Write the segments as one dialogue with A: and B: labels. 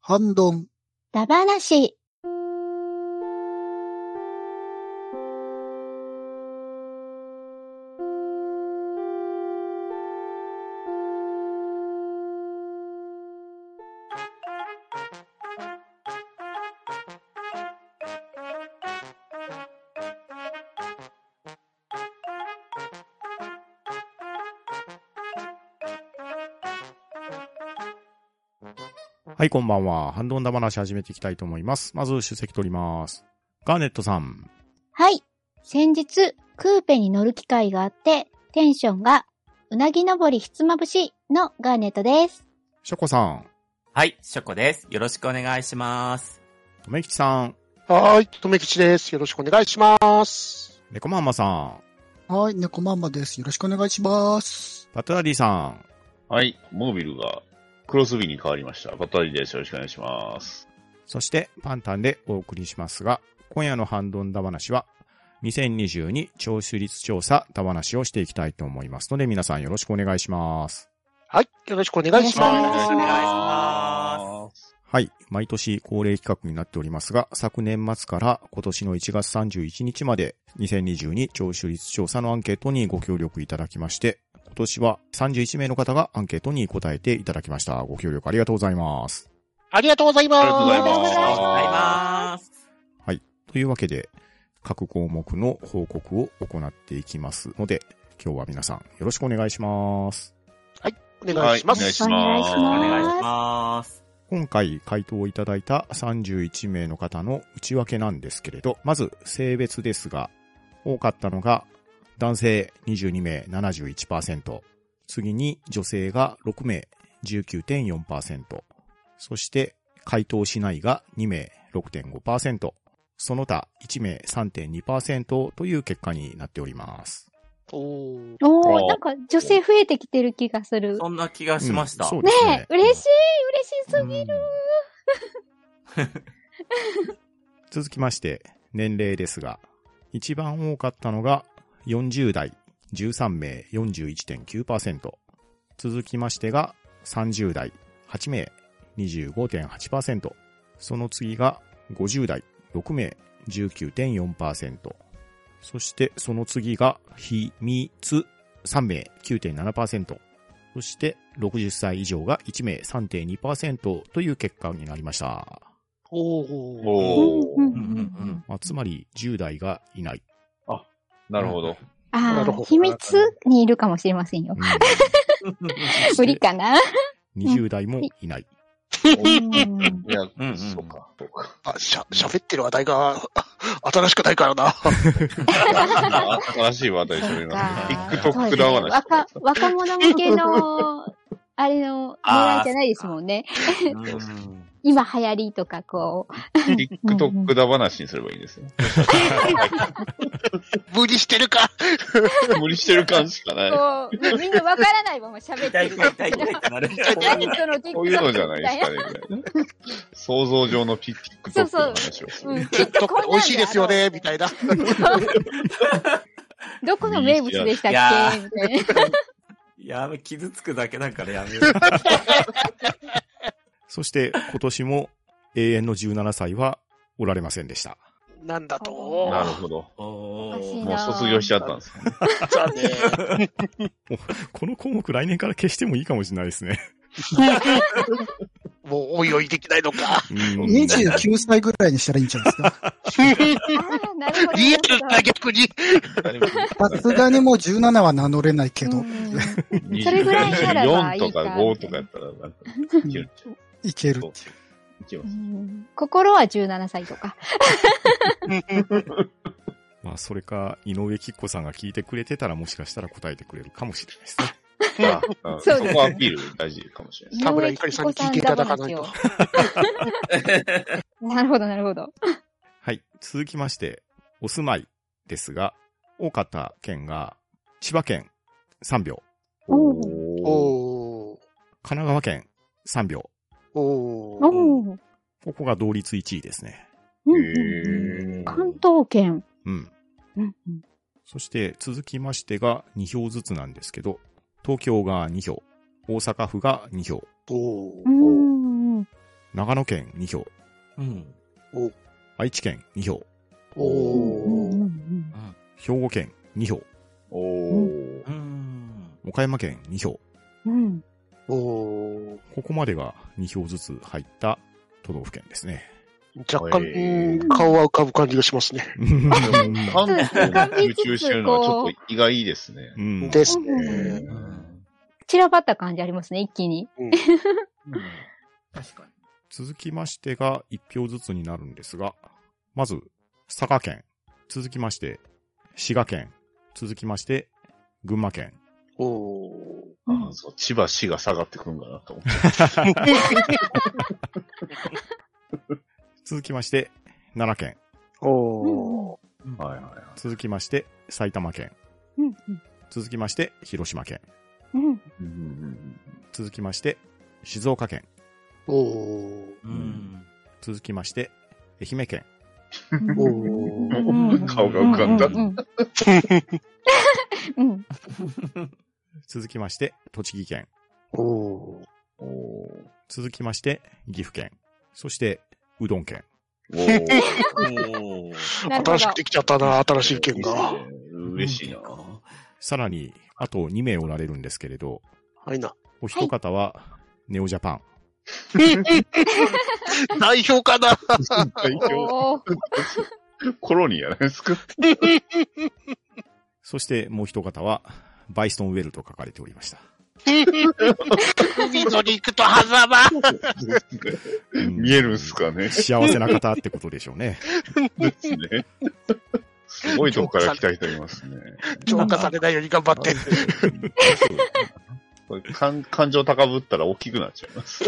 A: 反論、
B: ダバなし。
C: はい、こんばんは。ハンドンダ話始めていきたいと思います。まず、首席取ります。ガーネットさん。
B: はい。先日、クーペに乗る機会があって、テンションが、うなぎ登りひつまぶしのガーネットです。
C: ショコさん。
D: はい、ショコです。よろしくお願いします。
C: とめきちさん。
E: はーい、とめきちです。よろしくお願いします。
C: ネコマンマさん。
A: はい、猫マンマです。よろしくお願いします。
C: バットダディさん。
F: はい、モービルがクロスビーに変わりました。バッタリーです。よろしくお願いします。
C: そして、パンタンでお送りしますが、今夜のハンドンダ話は、2022聴取率調査ダ話をしていきたいと思いますので、皆さんよろしくお願いします。
E: はい、よろしくお願いし
B: お願
E: ま
B: いし
E: す。
D: ます。
C: はい。毎年恒例企画になっておりますが、昨年末から今年の1月31日まで2022聴取率調査のアンケートにご協力いただきまして、今年は31名の方がアンケートに答えていただきました。ご協力ありがとうございます。
E: ありがとうござい
F: ありがとうござい
E: ま。
F: ま
B: ありがとうご
D: あ
F: すす。
B: ざ
D: り
B: い
D: がとうございます。
C: というわけで、各項目の報告を行っていきますので、今日は皆さんよろしくお願いします。
E: お願いしま
F: お願い
E: す。
F: します。
B: お
D: お
B: 願
D: 願
B: い
D: い
B: し
D: し
B: ます
D: ます。
C: 今回回答をいただいた31名の方の内訳なんですけれど、まず性別ですが、多かったのが男性22名71%、次に女性が6名19.4%、そして回答しないが2名6.5%、その他1名3.2%という結果になっております。
E: おー
B: お
F: あ
B: ー、
F: ー
B: なんか女性増えてきてる気がする。
D: そんな気がしました。
C: うんそう
B: ね
C: ですね
B: え、嬉しい、嬉しすぎる。
C: うん続きまして、年齢ですが、一番多かったのが40代13名41.9%。続きましてが30代8名25.8%。その次が50代6名19.4%。そしてその次が秘密3名9.7%。そして60歳以上が1名3.2%という結果になりました。
E: おー
F: お
B: う
F: ー
B: んうんうん
C: まあ、つまり10代がいない。
F: なるほど。
B: あ
E: なる
B: あ、
E: ほど
B: 秘密にいるかもしれませんよ。無理かな。
C: 20代もいない。
B: うん
F: いや、
D: んうん
F: そうか、そうか。
E: あ、しゃ、喋ってる話題が 新しくないから な。
F: あ新しい話題喋りますね。
B: そうか
F: TikTok だ話。
B: 若、若者向け の、あれの狙いじゃないですもんね。
D: うん
B: 今流行りとか、 こう。
F: TikTok だ話にすればいいですね。
E: 無理してるか。
F: 無理してる感しかない。
B: こう、みんなわからないまま喋って
D: 痛い
B: る。
D: 痛い痛い痛いってなる。
B: 何その TikTok
F: こういうのじゃない
B: みたい
F: ですかねみたいな。想像上の TikTok の話をす
B: な。う
F: る。
B: ん、きっとこんなん
E: 美味しいですよね、みた
B: い
E: いな。
B: な。どこの名物でしたっ
D: いや
B: けみたいな。
D: やめ、傷つくだけだからやめよ
C: そして今年も永遠の17歳はおられませんでした。
E: なんだと。
F: なるほど。
D: う。お
B: おかしい
D: ー
F: もう卒業しちゃったんですね。
E: 残念。
C: この項目来年から消してもいいかもしれないですね。
E: もう、おいおいできないの か。
C: うん
A: 29歳ぐらいにしたらいいんじゃないですか。
B: ああ、なるほど。
E: リアルな逆に。
A: さすがにもう17は名乗れないけど、
B: うんそ
F: そ
B: れぐらいならばいいか
F: 4とか5とかやったら、なんか、いけるんちゃう
A: いける。
F: いけま
B: う
F: す。
B: ん心は17歳とか。
C: まあ、それか、井上きっこさんが聞いてくれてたらもしかしたら答えてくれるかもしれないですね。
F: ああ
B: そうです
F: そ
B: ね
F: こアピール大事かもしれないで
E: 田村ゆかりさんに聞いていただかない
B: 井
E: と
B: 上貴子さんだ話をなるほど、なるほど。
C: はい。続きまして、お住まいですが、多かった県が、千葉県3秒、
F: す。おー
E: おー
C: 神奈川県3秒。
E: お
B: お
E: ー
B: お。
C: ここが同率1位ですね。
B: うんうんうん
F: へー
B: 関東圏。
C: うん。
B: うんうん
C: そして続きましてが2票ずつなんですけど、東京が2票、大阪府が2票、
E: お
B: うん
E: ー
B: うんうん。
C: 長野県2票、
D: うん。
C: 愛知県2票、
B: うんうんう
E: おー。
B: ん
C: 兵庫県2票、
F: おお。
D: うん。
C: 岡山県2票、
B: うん。
E: おー。
C: ここまでが2票ずつ入った都道府県ですね。
E: 若干、
F: えー
E: 顔は浮かぶ感じがしますね。
F: 関東に集中してるのはちょっと意外ですね。
C: うん
E: です
B: う
E: ね。
D: うん
B: 散らばった感じありますね、一気に。
E: うん
D: 確か
C: 続きましてが1票ずつになるんですが、まず、佐賀県、続きまして、滋賀県、続きまして、群馬県。
E: おー。
F: あそう千葉市が下がってくんかなと思って。
C: 続きまして、奈良県。
E: おー。
D: に。
F: はいはいは
C: 続きまして、埼玉県。
B: うん
C: 続きまして、広島県。
B: うんうん
F: い。うんうんうん
C: 続きまして、静岡県。
E: おー。
D: うん。
C: 続きまして、愛媛県。
E: お
B: うん
E: ー。
B: うん
F: 顔が浮かんだ。
B: うんうんうん。うん
C: 続きまして、栃木県。
E: おー。
F: おー
C: 続きまして、岐阜県。そして、うどん県。
F: おー。
D: おー。
B: なるほ
E: 新し
B: ど
E: く。できちゃったな、新しい県が。
F: いいですね。嬉しいな。
C: さらに、あと2名おられるんですけれど、
E: はいな。
C: お一方は、ネオジャパン。
E: 代表かな
F: 最強。
B: おー
F: コロニーやないですか。
C: そしてもう一方は、バイストンウェルと書かれておりました。
E: 海の陸と狭間
C: うん
F: 見えるんすかね。
C: 幸せな方ってことでしょうね。
F: ですね。すごいとこから来た人いますね。
E: 浄化されないように頑張って。
F: これ感感情高ぶったら大きくなっちゃいます。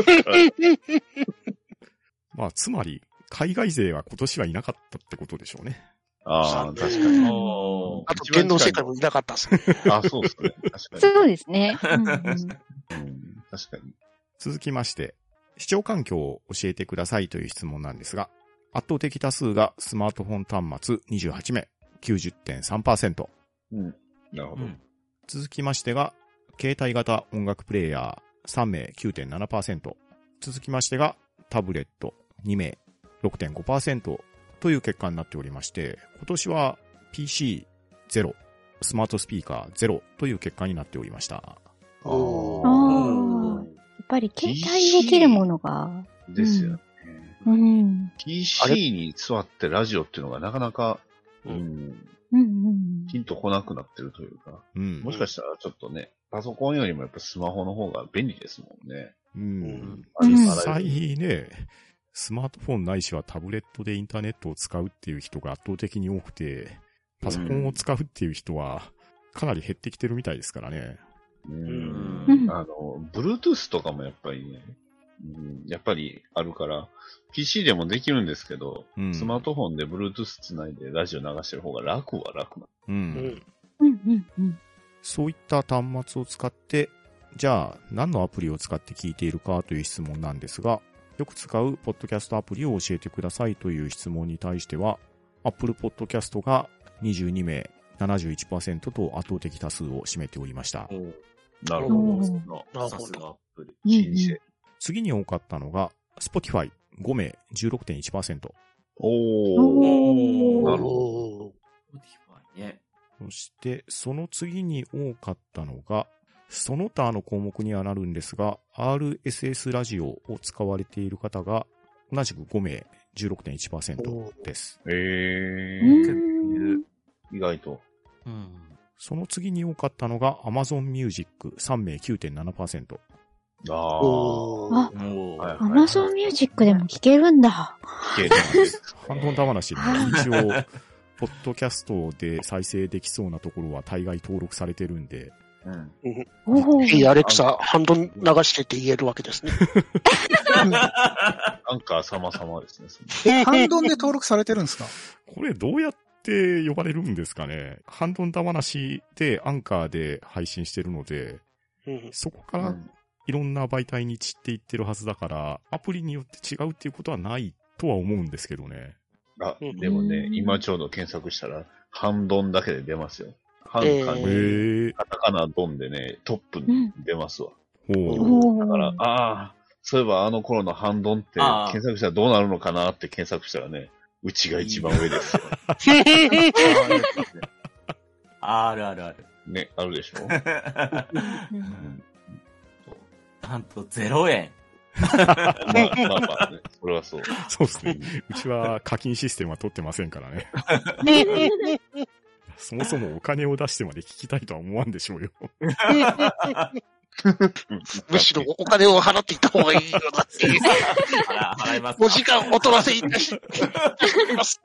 C: まあ、つまり、海外勢は今年はいなかったってことでしょうね。
F: ああ、確かに。
D: お
E: あと、天皇世界もいなかったっすね。
F: あ、そうですね。確か
B: そうですね。うんうん
F: に。うん確かに。
C: 続きまして、視聴環境を教えてくださいという質問なんですが、圧倒的多数がスマートフォン端末28名、90.3%。
F: なるほ
D: う
F: ど。
D: ん
C: 続きましてが、携帯型音楽プレイヤー3名9.7%。続きましてが、タブレット2名6.5%という結果になっておりまして、今年は PC0、スマートスピーカー0という結果になっておりました。
E: お
B: あー
E: ー
B: やっぱり携帯できるものが。
F: ですよね。
B: うん。
E: あれ
F: PC に座ってラジオっていうのがなかなか、うん、
B: うんうん。
F: ピンとこなくなってるというか、
C: うん
F: も。しかしたらちょっとね、パソコンよりもやっぱスマホの方が便利ですもんね。
C: うん。
B: うん
C: 実
F: あらゆる
C: 際ね、スマートフォンないしはタブレットでインターネットを使うっていう人が圧倒的に多くて、パソコンを使うっていう人はかなり減ってきてるみたいですからね。
F: うん
B: うん
F: あの、Bluetooth とかもやっぱりね、うん、やっぱりあるから、PC でもできるんですけど、
C: うん
F: スマートフォンで Bluetooth つないでラジオ流してる方が楽は楽な。
C: う。
E: うんん。
B: うんうんうん。
C: そういった端末を使って、じゃあ何のアプリを使って聞いているかという質問なんですが、よく使うポッドキャストアプリを教えてくださいという質問に対しては、Apple Podcast が22名71%と圧倒的多数を占めておりました。
F: な
B: ほ
E: る
B: ど
E: なるほど
D: さすがアップル。
B: うん
F: 気にして。
C: 次に多かったのが、Spotify5 名16.1%。
F: おー。
B: お
F: な
B: ー
F: る
E: おー。
D: Spotify ね。
C: そして、その次に多かったのが、その他の項目にはなるんですが、RSS ラジオを使われている方が、同じく5名
E: お
C: 16.1%です。
F: え
B: うん
F: ー、
D: 結構いる。
F: 意外と。
D: うん。
C: その次に多かったのが Amazon Music 3名9.7%。
F: ああ。
E: お
B: あ
E: ー。
D: お
F: はい
D: ー。
B: アマゾンミュージックでも聴けるんだ。
F: 聞けてます
C: ハンドンダ話ね、一応、ポッドキャストで再生できそうなところは大概登録されてるんで、
F: うん。
B: おお。
E: いいアレクサ、ハンド流してって言えるわけですね。
F: アンカー様様ですね。その
A: ハンドンで登録されてるんですか
C: これどうやって呼ばれるんですかねハンドンダ話でアンカーで配信してるので、
E: うん
C: そこからいろんな媒体に散っていってるはずだから、アプリによって違うっていうことはないとは思うんですけどね。
F: あ、でもね、今ちょうど検索したら、ハンドンだけで出ますよ。ハン
E: えー
F: カ
C: へ
F: に、
C: え。
F: カタカナドンでね、トップに出ますわ。
C: ほう。
B: お
F: だから
B: ー、
F: ああ、そういえばあの頃のハンドンって
D: ああ
F: 検索したらどうなるのかなって検索したらね、うちが一番上です。
D: あるあるある。
F: ね、あるでしょうん
D: なんと0円。
F: まあまあまあね、それはそう。
C: そうですね。うちは課金システムは取ってませんからね。 そもそもお金を出してまで聞きたいとは思わんでしょうよ。
E: むしろお金を払っていった方がいいよなっていう。
D: 払払いますか。
E: お時間お取らせいたします。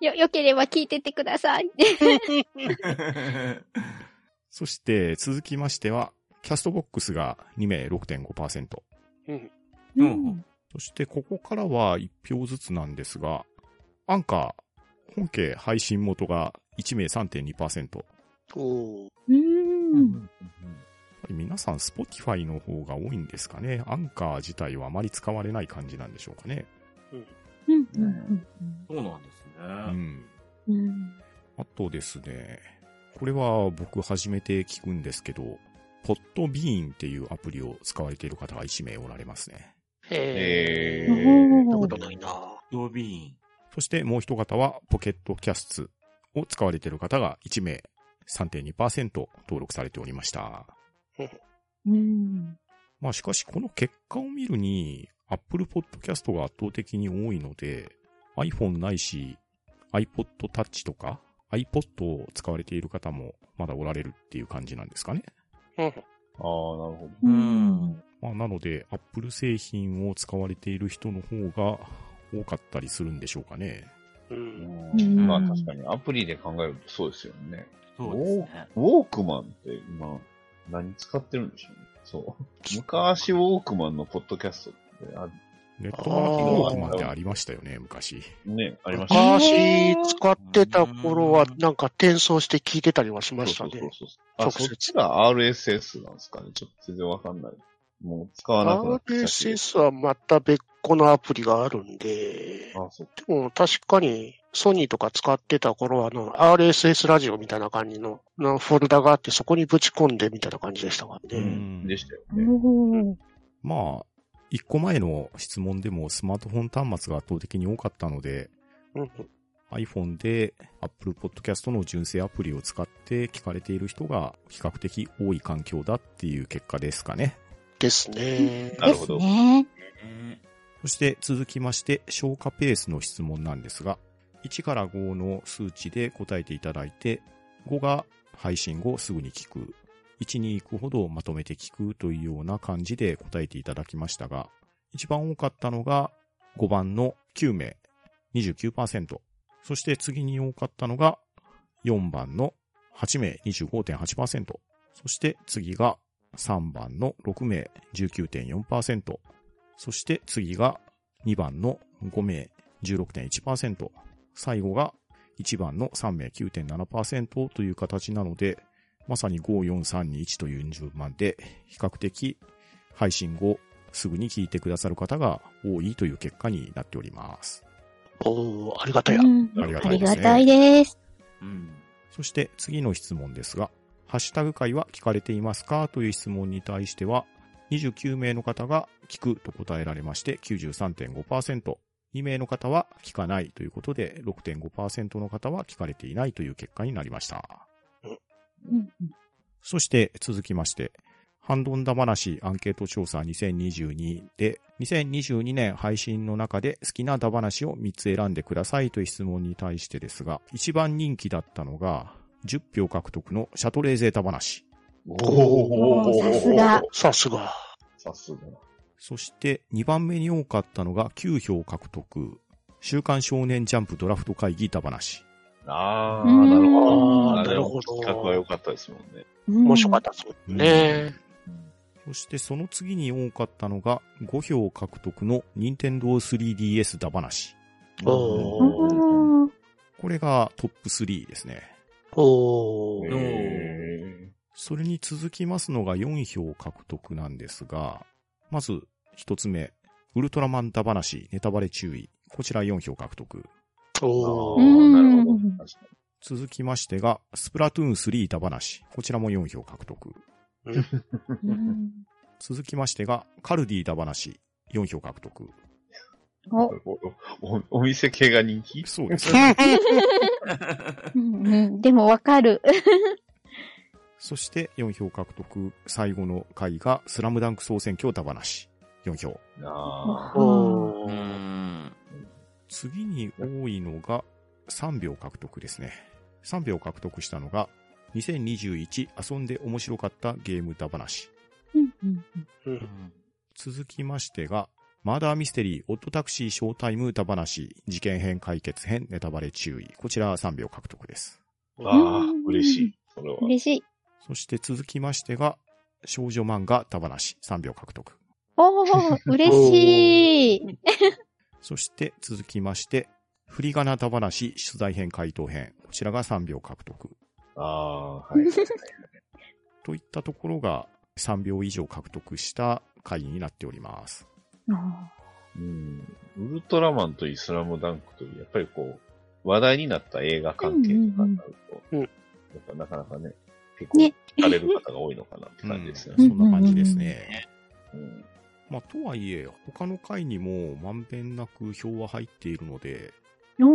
B: よ、よければ聞いててください。
C: そして、続きましては、キャストボックスが2名6.5%。
D: うん
C: そして、ここからは1票ずつなんですが、アンカー、本家配信元が1名3.2%。
E: おー
B: うん。
C: やっぱり皆さん、Spotify の方が多いんですかね。アンカー自体はあまり使われない感じなんでしょうかね。
B: うん
D: うん
B: うん
D: そうなんです
C: う
D: ね。
C: ん。
B: うん
C: あとですね、これは僕初めて聞くんですけど、ポットビーンっていうアプリを使われている方が1名おられますね。
E: へ
F: え
E: ー。
F: ー
E: 見た
B: お
E: こと
B: ー
E: ないな
D: ドビーン。
C: そしてもう一方はポケットキャストを使われている方が1名3.2%登録されておりました。
B: うん
C: まあしかしこの結果を見るに Apple Podcast が圧倒的に多いので iPhone ないし iPod Touch とか iPod を使われている方もまだおられるっていう感じなんですかね。
F: ああ、なるほど。
D: うん。
C: まあ、なので、アップル製品を使われている人の方が多かったりするんでしょうかね。
E: う。
F: うんん、まあ確かにアプリで考えるとそうですよね。
D: そうですね。
F: ウォークマンって今何使ってるんでしょうね。そう。昔ウォークマンのポッドキャストってあ
C: ネットワークウォークマンってありましたよね、昔。
F: ね、ありましたね。
E: 昔使ってた頃は、なんか転送して聞いてたりはしました
F: そう
E: ね。
F: そうそうそうあ、そ
E: 直
F: っ
E: 接
F: ちが RSS なんですかね。ちょっと全然わかんない。もう使わなくなってきたし。
E: RSS はまた別個のアプリがあるんで、
F: あ、そう。
E: でも確かにソニーとか使ってた頃はあの RSS ラジオみたいな感じののフォルダがあってそこにぶち込んでみたいな感じでしたから
C: う
E: ね。
C: ん
F: でしたよ
B: お
F: ね。
B: ー
C: まあ、一個前の質問でもスマートフォン端末が圧倒的に多かったので、
E: うん、
C: iPhone で Apple Podcast の純正アプリを使って聞かれている人が比較的多い環境だっていう結果ですかね。
E: ですね。
F: なるほど
B: ですね。
D: え
C: そして続きまして、消化ペースの質問なんですが、1から5の数値で答えていただいて、5が配信後すぐに聞く、1に行くほどまとめて聞くというような感じで答えていただきましたが、一番多かったのが5番の9名、29%。そして次に多かったのが4番の8名、25.8%。そして次が3番の6名、19.4%。そして次が2番の5名16.1%、最後が1番の3名9.7%という形なので、まさに54321という順番で、比較的配信後すぐに聞いてくださる方が多いという結果になっております。
E: おーありがたや
B: う。ん
C: ありが
B: あ
C: た
B: り
C: いです
B: が
C: ね。
B: たいです。
D: うん。
C: そして次の質問ですが、ハッシュタグ会は聞かれていますかという質問に対しては、29名の方が聞くと答えられまして93.5%、2名の方は聞かないということで6.5%の方は聞かれていないという結果になりました。
B: うん
C: そして続きまして、ハンドンダ話アンケート調査2022で、2022年配信の中で好きなダ話を3つ選んでくださいという質問に対してですが、一番人気だったのが、10票獲得のシャトレーゼダ話。
B: おーさすが。
E: さすが。
F: さすが。
C: そして2番目に多かったのが9票獲得、週刊少年ジャンプドラフト会議ダ話。
F: ああ、
B: うん
F: なるほ
B: あ
F: ど。
E: ーなるほど
F: 企画は良かったですもんね。
B: うん
E: 面白かったですもんね。
C: そしてその次に多かったのが5票獲得の任天堂 3DS ダ話。
E: お
B: う
E: ー
B: ん
C: これがトップ3ですね。
E: おー
F: へ
C: それに続きますのが4票獲得なんですが、まず1つ目、ウルトラマンダ話、ネタバレ注意。こちら4票獲得。
F: ー
E: おー
F: あーなるほ
B: う
F: ど。
B: ん
F: 確か
C: 続きましてが、スプラトゥーン3ダ話。こちらも4票獲得。
B: うん
C: 続きましてが、カルディダ話、4票獲得。
B: お、
F: おおお店系が人気
C: そうです。
B: うんうん、でもわかる。
C: そして4票獲得、最後の回が、スラムダンク総選挙ダ話、4票。
F: ああ。
E: お
D: う
E: ー
D: ん。
C: 次に多いのが3秒獲得ですね。3秒獲得したのが、2021遊んで面白かったゲームだ話。
B: うんうんうん
C: 続きましてが、マーダーミステリー、オットタクシー、ショータイム、歌話、事件編、解決編、ネタバレ注意。こちら3秒獲得です。
F: ああ、嬉しい。それは。
B: 嬉しい。
C: そして続きましてが、少女漫画、歌話、3秒獲得。
B: おお、嬉しい。
C: そして続きまして、振り仮名歌話、取材編、回答編。こちらが3秒獲得。
F: ああ、はい。
C: といったところが3秒以上獲得した回になっております。
B: あ
F: うん。ウルトラマンとイスラムダンクという、やっぱりこう、話題になった映画関係とかになると、
E: うんうんうんうん
F: やっぱなかなかね、結構、
B: ね
F: 聞かれる方が多いのかなって感じですよ
C: う
F: ね。
C: んそんな感じですね。
F: うん
C: まあ、とはいえ、他の回にもまんべんなく票は入っているので、
B: ーおー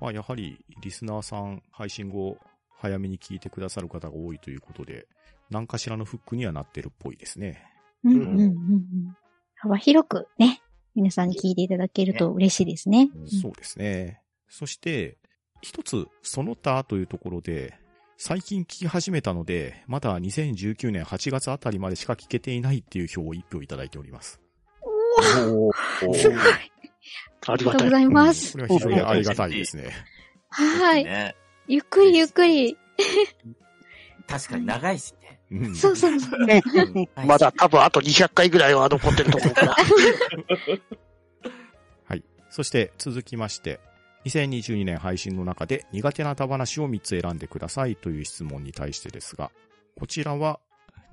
C: まあ、やはりリスナーさん、配信後、早めに聞いてくださる方が多いということで、何かしらのフックにはなってるっぽいですね。
B: うんうんうんうん。幅広くね、皆さんに聞いていただけると嬉しいですね。
C: そうですね。そして、一つ、その他というところで、最近聞き始めたので、まだ2019年8月あたりまでしか聞けていないっていう票を1票いただいております。
F: おーお
B: すごい。
F: ー
E: あ
B: あ
E: り
B: り
E: が
B: が
E: た
B: とうご。
E: い
B: ざいます
C: こ。れは非常にありがたいですね。
B: は
D: です
B: い。
D: ね
B: ゆっくりゆっくり。
D: 確かに長いしね。
C: うん
B: そうそうそう。
D: うん
E: まだ。多分あと200回ぐらいは残ってると思うから。
C: はい。そして続きまして、2022年配信の中で苦手な歌話を3つ選んでくださいという質問に対してですが、こちらは、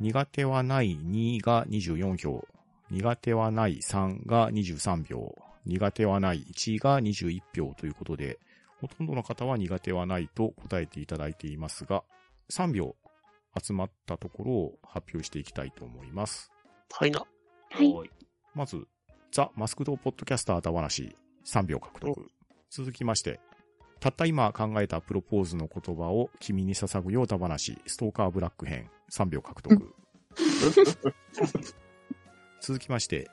C: 苦手はない2が24票、苦手はない3が23票、苦手はない1が21票ということで、ほとんどの方は苦手はないと答えていただいていますが、3票集まったところを発表していきたいと思います。
E: はいな。
B: はい。
C: まず、ザ・マスクド・ポッドキャスターだ話、3秒獲得。続きまして、たった今考えたプロポーズの言葉を君に捧ぐようだ話、ストーカーブラック編、3秒獲得。 続きまして、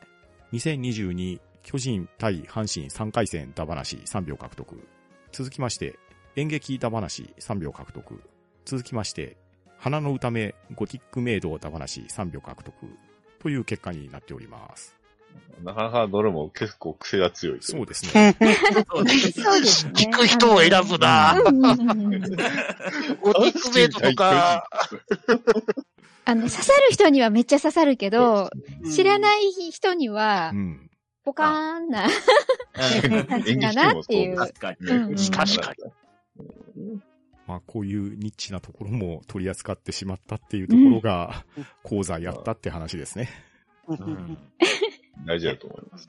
C: 2022巨人対阪神3回戦だ話、3秒獲得。続きまして、演劇だ話、3秒獲得。続きまして、花の歌目、ゴティックメイドだ話、3秒獲得。という結果になっております。
F: なかなかどれも結構癖が強いとい
C: そううですね。
D: そうです
B: そうですね。
E: 聞く人を選ぶな
B: あ。のうんうんうん
E: ゴティックメイトとか、
B: あの、刺さる人にはめっちゃ刺さるけど、知ら
E: い。
B: ない人には
C: う、ん。
B: ポカーンな。
F: 演劇
B: だ
F: で
B: な
F: も
B: っ
F: そう
B: てい
F: で
B: う
F: す
D: 確かに。
B: うんうん
E: 確か
C: まあ、こういうニッチなところも取り扱ってしまったっていうところが
E: うん、
C: 講座やったって話ですね。
E: に。
D: うん
F: 大事だと思います。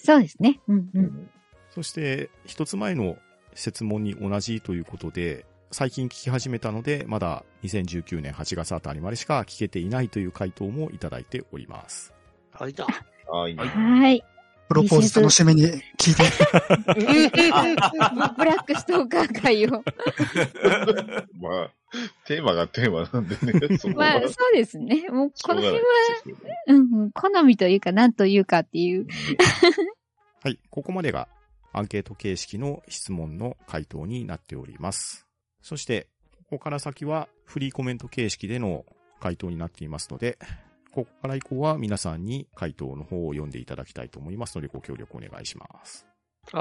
B: そうですね。うんうん。
C: そして、一つ前の説問に同じということで、最近聞き始めたので、まだ2019年8月あたりまでしか聞けていないという回答もいただいております。
E: はいな。
F: ああ、いいね。
B: はい。
A: プロポーズ楽しみに聞いて。
B: ブラックストーカー会 を。
F: まあ、テーマがテーマなんでね。そこ
B: まあ、
F: は
B: そうですね。もう、この辺は、
F: しょうがない
B: うんうん、好みというか、なんというかっていう。
F: ですけどね
C: はい。ここまでがアンケート形式の質問の回答になっております。そして、ここから先はフリーコメント形式での回答になっていますので、ここから以降は皆さんに回答の方を読んでいただきたいと思いますので、ご協力お願いします。
E: あ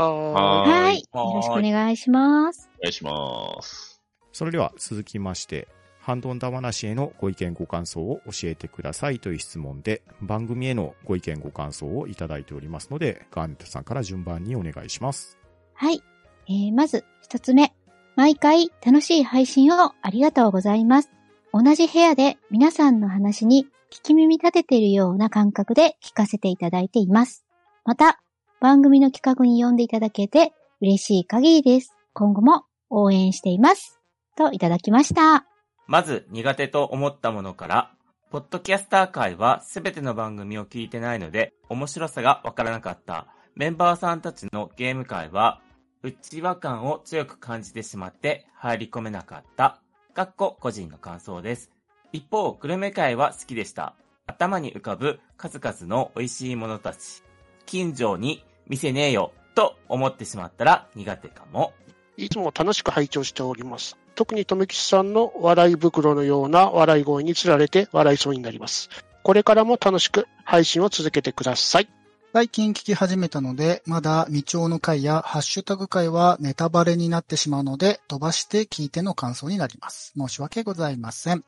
E: ー
F: はーい
B: はい。よろしくお願いします。
F: お願いします。
C: それでは続きまして、ハンドンダ話へのご意見ご感想を教えてくださいという質問で、番組へのご意見ご感想をいただいておりますので、ガーネットさんから順番にお願いします。
B: はい。えー、まず、一つ目。毎回楽しい配信をありがとうございます。同じ部屋で皆さんの話に聞き耳立てているような感覚で聞かせていただいています。また、番組の企画に呼んでいただけて嬉しい限りです。今後も応援しています。といただきました。
G: まず苦手と思ったものから、
D: ポッドキャスター界はすべての番組を聞いてないので、面白さがわからなかった。メンバーさんたちのゲーム界は、内輪感を強く感じてしまって入り込めなかった。かっこ個人の感想です。一方、グルメ界は好きでした。頭に浮かぶ数々の美味しいものたち。近所に店ねえよ、と思ってしまったら苦手かも。
E: いつも楽しく拝聴しております。特に留吉さんの笑い袋のような笑い声につられて笑いそうになります。これからも楽しく配信を続けてください。
A: 最近聞き始めたので、まだ未調の回やハッシュタグ回はネタバレになってしまうので、飛ばして聞いての感想になります。申し訳ございません。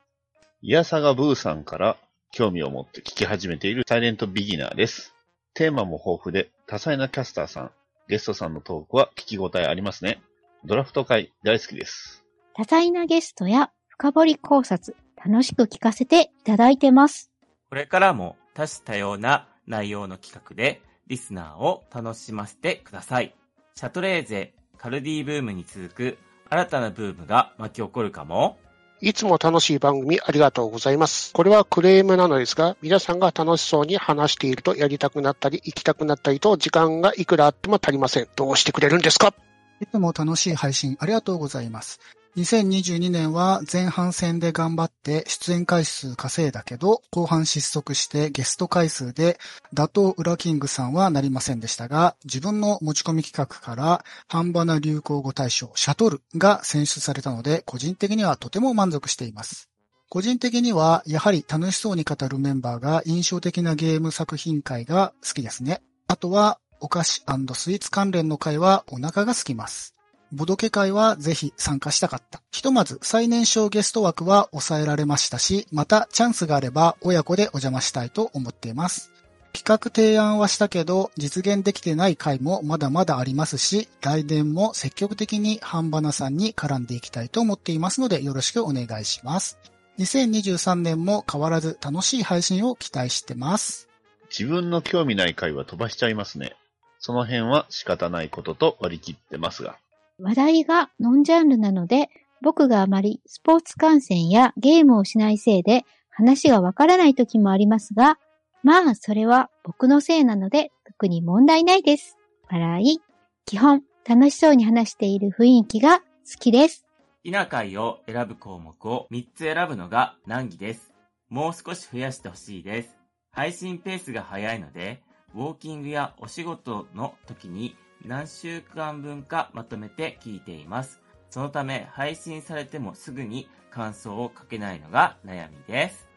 F: イヤサガブーさんから興味を持って聞き始めているサイレントビギナーです。テーマも豊富で多彩なキャスターさん、ゲストさんのトークは聞き応えありますね。ドラフト会大好きです。
B: 多彩なゲストや深掘り考察、楽しく聞かせていただいてます。
D: これからも多種多様な内容の企画でリスナーを楽しませてください。シャトレーゼ、カルディブームに続く新たなブームが巻き起こるかも。
E: いつも楽しい番組ありがとうございます。これはクレームなのですが、皆さんが楽しそうに話しているとやりたくなったり、行きたくなったりと時間がいくらあっても足りません。どうしてくれるんですか
A: いつも楽しい配信ありがとうございます。2022年は前半戦で頑張って出演回数稼いだけど、後半失速してゲスト回数で打倒ウラキングさんはなりませんでしたが、自分の持ち込み企画から半端な流行語大賞シャトルが選出されたので、個人的にはとても満足しています。個人的にはやはり楽しそうに語るメンバーが印象的なゲーム作品会が好きですね。あとは、お菓子スイーツ関連の会はお腹が空きます。ボドケ会はぜひ参加したかった。ひとまず最年少ゲスト枠は抑えられましたし、またチャンスがあれば親子でお邪魔したいと思っています。企画提案はしたけど、実現できてない回もまだまだありますし、来年も積極的に半ばなさんに絡んでいきたいと思っていますのでよろしくお願いします。2023年も変わらず楽しい配信を期待してます。
F: 自分の興味ない回は飛ばしちゃいますね。その辺は仕方ないことと割り切ってますが。
B: 話題がノンジャンルなので、僕があまりスポーツ観戦やゲームをしないせいで話がわからない時もありますが、まあそれは僕のせいなので特に問題ないです。笑い。基本楽しそうに話している雰囲気が好きです。
D: 好きな回を選ぶ項目を3つ選ぶのが難儀です。もう少し増やしてほしいです。配信ペースが早いので、ウォーキングやお仕事の時に何週間分かまとめて聞いています。そのため配信されてもすぐに感想を書けないのが悩みです。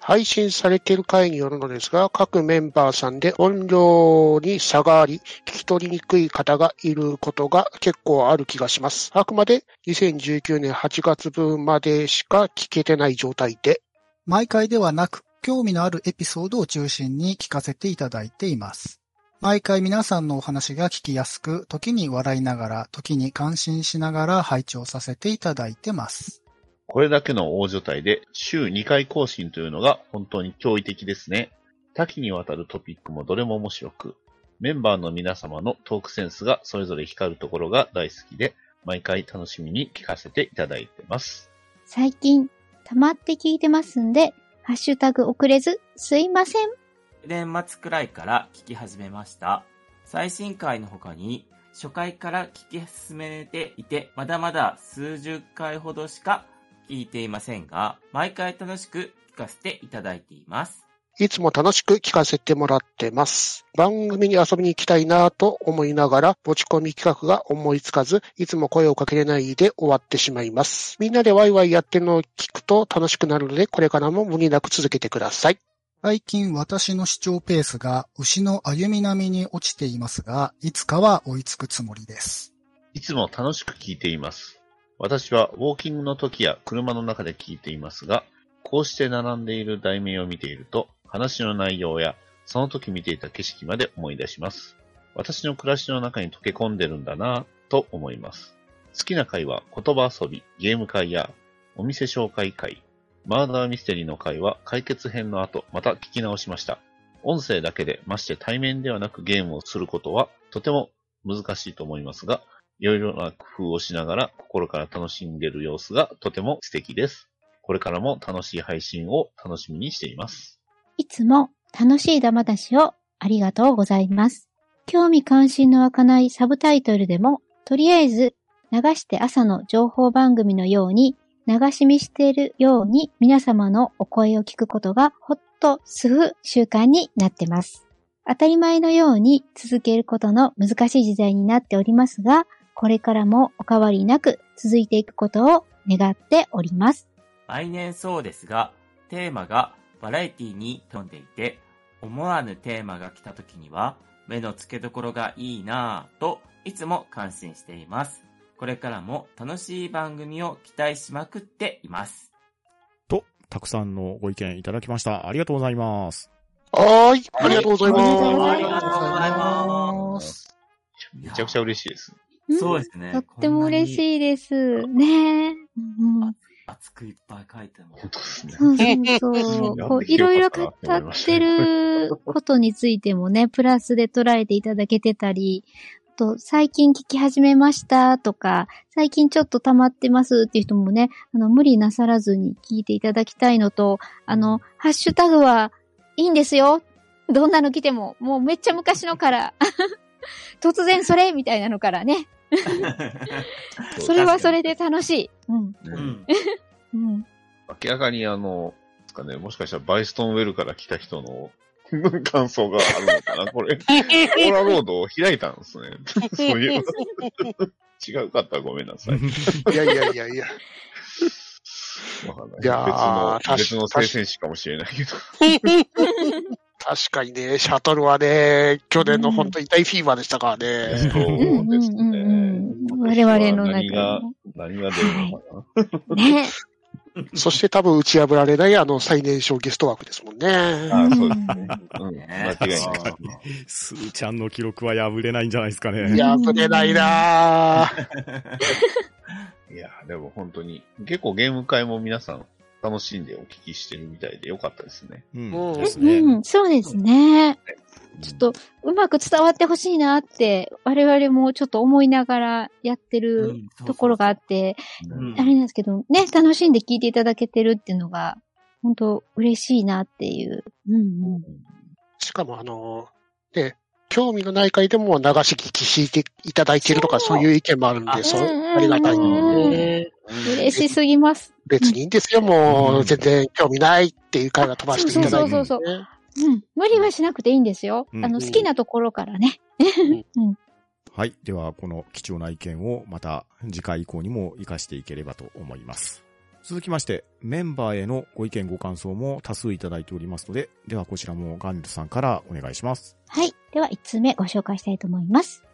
E: 配信されている回によるのですが、各メンバーさんで音量に差があり、聞き取りにくい方がいることが結構ある気がします。あくまで2019年8月分までしか聞けてない状態で、
A: 毎回ではなく、興味のあるエピソードを中心に聞かせていただいています。毎回皆さんのお話が聞きやすく、時に笑いながら、時に感心しながら拝聴させていただいてます。
F: これだけの大所帯で週2回更新というのが本当に驚異的ですね。多岐にわたるトピックもどれも面白く、メンバーの皆様のトークセンスがそれぞれ光るところが大好きで、毎回楽しみに聞かせていただいてます。
B: 最近溜まって聞いてますんで、ハッシュタグ遅れずすいません。
D: 年末くらいから聞き始めました。最新回の他に、初回から聞き進めていて、まだまだ数十回ほどしか聞いていませんが、毎回楽しく聞かせていただいています。
E: いつも楽しく聞かせてもらってます。番組に遊びに行きたいなぁと思いながら、持ち込み企画が思いつかず、いつも声をかけれないで終わってしまいます。みんなでワイワイやってるのを聞くと楽しくなるので、これからも無理なく続けてください。
A: 最近私の視聴ペースが牛の歩み並みに落ちていますが、いつかは追いつくつもりです。
F: いつも楽しく聞いています。私はウォーキングの時や車の中で聞いていますが、こうして並んでいる題名を見ていると、話の内容やその時見ていた景色まで思い出します。私の暮らしの中に溶け込んでるんだなぁと思います。好きな回は言葉遊び、ゲーム会やお店紹介会、マーダーミステリーの会は解決編の後また聞き直しました。音声だけでまして対面ではなくゲームをすることはとても難しいと思いますが、いろいろな工夫をしながら心から楽しんでいる様子がとても素敵です。これからも楽しい配信を楽しみにしています。
B: いつも楽しいダマ出しをありがとうございます。興味関心の湧かないサブタイトルでも、とりあえず流して朝の情報番組のように流し見しているように皆様のお声を聞くことがほっとする習慣になってます。当たり前のように続けることの難しい時代になっておりますが、これからもお変わりなく続いていくことを願っております。
D: 毎年そうですが、テーマがバラエティに富んでいて、思わぬテーマが来た時には、目の付けどころがいいなぁと、いつも感心しています。これからも楽しい番組を期待しまくっています。
C: と、たくさんのご意見いただきました。ありがとうございます。
E: はーい。ありがとうござ
B: あ
E: い
B: りがとうご
E: ま
B: ざい。
E: す
B: ます
A: す。
F: めちゃくちゃ嬉しいです。
D: そうですね。
B: とっても嬉
D: い。
B: しいです。ねえ。うんうん
D: 熱くいっぱい書いても。
F: 本当ですね。
B: そうそうそう。
F: や
B: こう、いろいろ語ってることについてもね、プラスで捉えていただけてたり、あと、最近聞き始めましたとか、最近ちょっと溜まってますっていう人もね、あの、無理なさらずに聞いていただきたいのと、あの、ハッシュタグはいいんですよ。どんなの来ても、もうめっちゃ昔のから、 突然それみたいなのからね、それはそれで楽しい。うん、
F: う
D: うんん。
B: うん。
F: 明らかにあの、ですかね、もしかしたらバイストンウェルから来た人の 感想があるのか なこれ、コーラロードを開いたんですね。そういう。違うかったらごめんなさい。
E: いやいやいやいや。
F: わかんない
E: いやー確か
F: 別の、別の聖戦士かもしれないけど。
E: 確かにね、シャトルはね、去年の本当に大フィーバーでしたからね。
F: そうです
B: うん
F: ね
B: うんうん。我々の中
F: 何
B: に
F: が、何が出るのかな
B: ね。
E: そして多分打ち破られないあの最年少ゲスト枠ですもんね。
F: あ
B: ん
F: ーそうですね。うん。
D: ね
F: 間違いない。
C: すーちゃんの記録は破れないんじゃないですか
E: い
C: ね。
E: や、ぶれないなぁ。
F: いやー、でも本当に、結構ゲーム会も皆さん楽しんでお聞きしてるみたいでよかったですね。
C: うん
E: うん
C: ですね。
B: うん、そうですね。ちょっ
F: うん
B: と、うまく伝わってほしいなって、我々もちょっと思いながらやって
D: う
B: る
D: ん
B: ところがあって、
D: うん
B: あれなんですけど、ね、楽しんで聞いていただけてるっていうのが、本当嬉しいなっていう。うんうん。
E: しかもあの、ね、興味のない回でも流し聞きしていただいてるとか、
D: そ
E: そうういう意見もあるんで、
D: あ
E: そう、
B: うんうんうん
E: ありがたいね。
B: 嬉しすぎます。
E: 別にいいんですよ、も
C: う
E: う、
C: ん
E: 全然興味ないっていう回は飛ばしていただいて
B: そうそうそうそう。うん。無理はしなくていいんですよ。
C: うん
B: あの、好きなところからね。
C: はい。では、この貴重な意見をまた次回以降にも活かしていければと思います。続きまして、メンバーへのご意見ご感想も多数いただいておりますので、ではこちらもガンルさんからお願いします。
B: はい。では、1通目ご紹介したいと思います。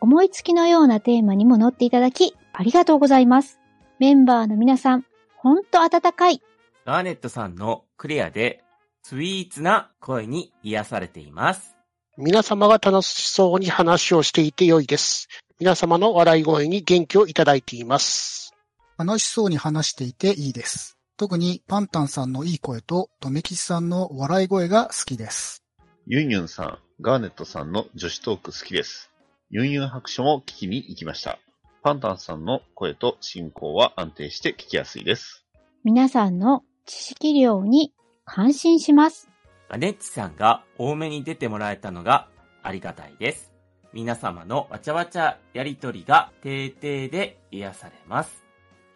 B: 思いつきのようなテーマにも乗っていただき、ありがとうございます。メンバーの皆さん、ほんと温かい。
D: ガーネットさんのクリアで、スイーツな声に癒されています。
E: 皆様が楽しそうに話をしていて良いです。皆様の笑い声に元気をいただいています。
A: 楽しそうに話していていいです。特にパンタンさんのいい声と、とめきちさんの笑い声が好きです。
F: ユンユンさん、ガーネットさんの女子トーク好きです。ユンユン白書も聞きに行きました。パンタンさんの声と進行は安定して聞きやすいです。
B: 皆さんの知識量に感心します。
D: ガネッチさんが多めに出てもらえたのがありがたいです。皆様のわちゃわちゃやりとりが定々で癒されます。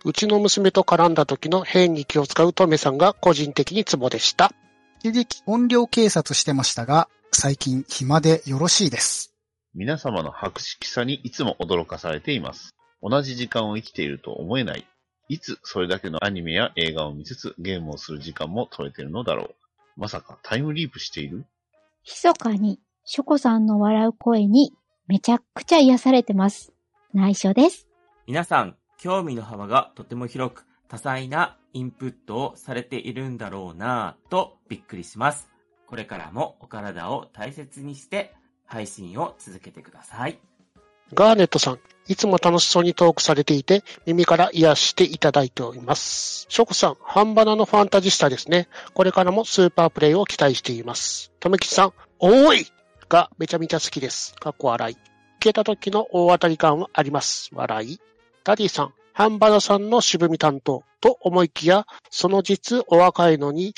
E: うちの娘と絡んだ時の変に気を使うトメさんが個人的にツボでした。
A: 一時期音量警察してましたが、最近暇でよろしいです。
F: 皆様の白色さにいつも驚かされています。同じ時間を生きていると思えない。いつそれだけのアニメや映画を見つつゲームをする時間も取れてるのだろう。まさかタイムリープしている
B: 密かに、ショコさんの笑う声にめちゃくちゃ癒されてます。内緒です。
D: 皆さん、興味の幅がとても広く、多彩なインプットをされているんだろうなぁとびっくりします。これからもお体を大切にして配信を続けてください。
E: ガーネットさん、いつも楽しそうにトークされていて、耳から癒していただいております。ショコさん、半バナのファンタジスタですね。これからもスーパープレイを期待しています。とめきちさん、おーいがめちゃめちゃ好きです。かっこ笑い。消えた時の大当たり感はあります。笑い。ダディさん、半端さんの渋み担当と思いきや、その実お若いのに、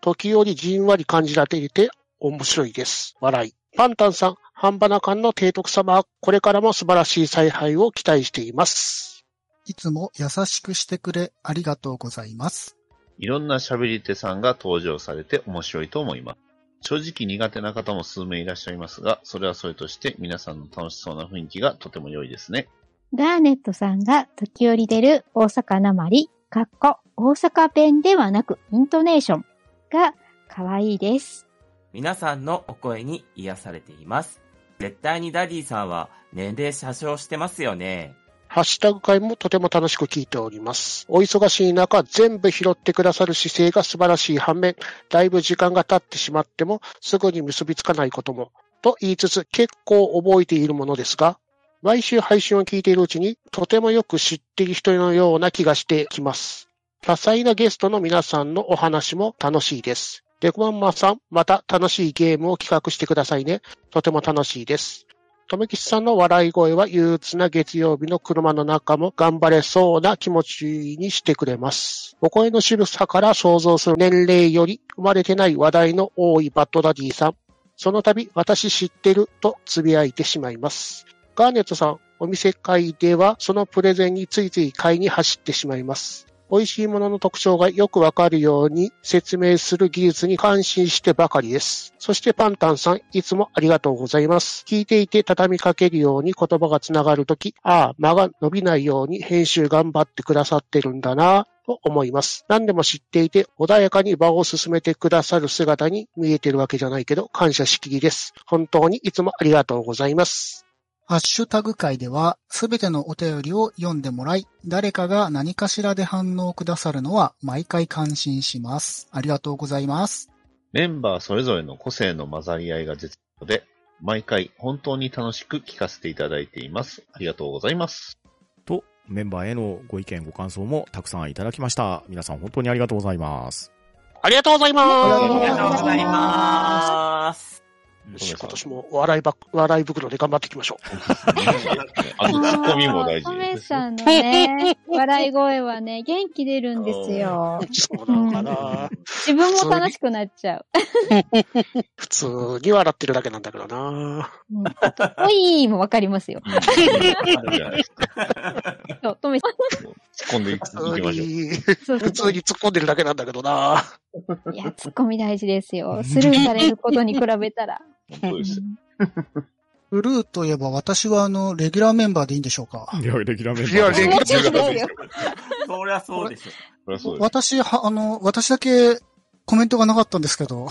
E: 時折じんわり感じられていて面白いです。笑い。パンタンさん、半端な感の提督様、これからも素晴らしい采配を期待しています。
A: いつも優しくしてくれありがとうございます。
F: いろんな喋り手さんが登場されて面白いと思います。正直苦手な方も数名いらっしゃいますが、それはそれとして皆さんの楽しそうな雰囲気がとても良いですね。
B: ガーネットさんが時折出る大阪なまり、かっこ大阪弁ではなくイントネーションが可愛いです。
D: 皆さんのお声に癒されています。絶対にダディさんは年齢詐称してますよね。
E: ハッシュタグ会もとても楽しく聞いております。お忙しい中、全部拾ってくださる姿勢が素晴らしい反面、だいぶ時間が経ってしまっても、すぐに結びつかないことも、と言いつつ結構覚えているものですが、毎週配信を聞いているうちに、とてもよく知っている人のような気がしてきます。多彩なゲストの皆さんのお話も楽しいです。レコマンマさん、また楽しいゲームを企画してくださいね。とても楽しいです。とめきちさんの笑い声は憂鬱な月曜日の車の中も頑張れそうな気持ちにしてくれます。お声の渋さから想像する年齢より生まれてない話題の多いバッドダディさん。その度、私知ってるとつぶやいてしまいます。ガーネットさん、お店会ではそのプレゼンについつい買いに走ってしまいます。美味しいものの特徴がよくわかるように説明する技術に感心してばかりです。そしてパンタンさん、いつもありがとうございます。聞いていて畳みかけるように言葉がつながるとき、ああ、間が伸びないように編集頑張ってくださってるんだなぁと思います。何でも知っていて穏やかに場を進めてくださる姿に見えてるわけじゃないけど感謝しきりです。本当にいつもありがとうございます。
A: ハッシュタグ会ではすべてのお便りを読んでもらい、誰かが何かしらで反応をくださるのは毎回感心します。ありがとうございます。
F: メンバーそれぞれの個性の混ざり合いが絶妙で、毎回本当に楽しく聞かせていただいています。ありがとうございます。
C: と、メンバーへのご意見、ご感想もたくさんいただきました。皆さん本当にありがとうございます。
E: ありがとうございます。
B: あ
D: あ
B: りが
D: り
B: と
D: が
B: う
D: とう
B: ご
D: ご
B: ざ
D: ざ
B: い
D: います。
E: よし今年もお笑いばお笑い袋で頑張っていきましょう。
F: あと、ツッコミも大
B: あー
F: 事
B: ト。メさんのね、笑い声はね、元気出るんですよ。
E: そうなのかな。
B: 自分も楽しくなっちゃう。
E: 普通に笑ってるだけなんだけどな。
B: うんほいーもわかりますよ。そう、トメさ
F: 突っ込んでいき
E: 普通
F: ましょう。
B: ん。
E: に、普通に突っ込んでるだけなんだけどな。
B: いや、ツッコミ大事ですよ。スルーされることに比べたら。
F: そうです。
A: ブルーといえば私はあの、レギュラーメンバーでいいんでしょうか
C: いや、レギュラーメンバー。
E: いやレギュラーメンバー
B: もちろんですよ。
D: そりゃそうでしょ。
F: そりゃそうです。
A: 私は、あの、私だけコメントがなかったんですけど、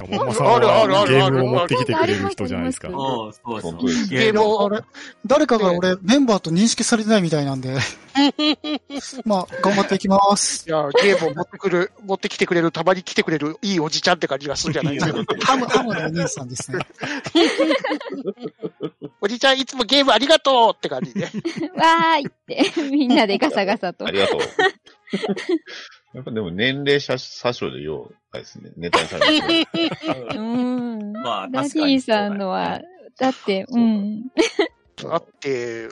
C: 本間さんはゲームを持ってきてくれる人じゃないですか。
D: おうそうそう
F: 本当です
E: ゲームを、
A: 誰かが俺、メンバーと認識されてないみたいなんで、まあ、頑張っていきます。
E: いや、ゲームを持ってくる、持ってきてくれる、たまに来てくれる、いいおじちゃんって感じがするじゃないですか。
A: ハム、ハムのお兄さんですね。
E: おじちゃんいつもゲームありがとうって感じで。
B: わーいって、みんなでガサガサと
F: あ。りがとう。やっぱでも年齢者詐称でようあれですね、ネタにされて
B: う
F: る。
B: ーん。
D: まあ
B: ダデ
D: 確かに
B: ィさんのは、だって、うん。
E: だって、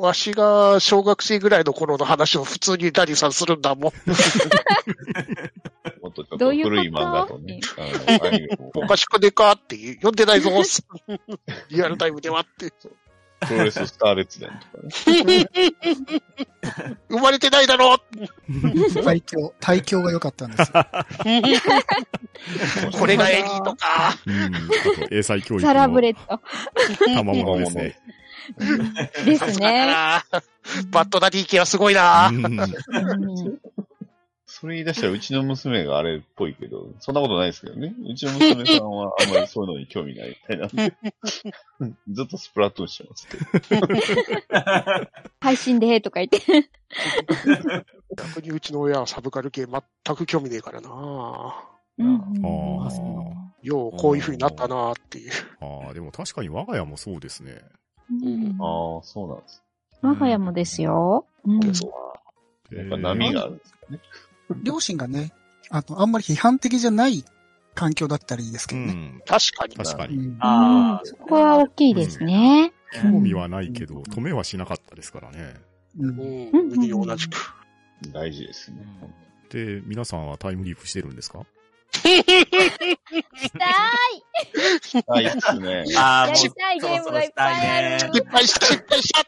E: わしが小学生ぐらいの頃の話を普通にダニーさんするんだもん。
F: もっとちょ
B: ど
F: っと
B: ういうこと
F: 古い漫画とね、あのアニメも
E: おかしくねかっていう、読んでないぞ。リアルタイムではって。
F: プロレススター列伝とかね。
E: 生まれてないだろ
A: 対教、対教が良かったんですよ。
E: これが演技とか。
C: うん。英才教育
B: サラブ
C: の
B: レッド。
C: 賜物ですね。
B: で
E: さ
B: す
E: すがだ
B: ね。
E: な。バッドダディ系はすごいな。
B: うん
F: それ言い出したらうちの娘があれっぽいけど、そんなことないですけどね。うちの娘さんはあんまりそういうのに興味ないみたいなん で。ずっとスプラトゥーンしてますけど。
B: 配信で、とか言って。
E: 逆にうちの親はサブカル系全く興味ねえからな。
B: うんうんうん
C: あ
E: よう、こういう風になったなっていう。
C: ああ、でも確かに我が家もそうですね。
B: うん
F: ああ、そうなんです。
B: 我が家もですよ。うん
E: そう
F: やっぱ波があるんですよね。
A: 両親がね、あの、あんまり批判的じゃない環境だったらいいですけ
C: う
A: どね。
C: ん。
E: 確かに。
C: 確か
A: う
C: に。
A: ん
D: ああ
B: うんそこは大きいですね。
C: 興味はないけど、止めはしなかったですからね。
A: う。
E: うんん
B: うん
E: 右同じく。
F: 大事ですね。
C: で、皆さんはタイムリープしてるんですか
B: したーい
F: はい、ですね。
D: あ
B: や
D: あ、
B: り
D: もう
B: たいゲームがいっぱいある
D: そろそろしたいね。
E: 失敗した、失敗した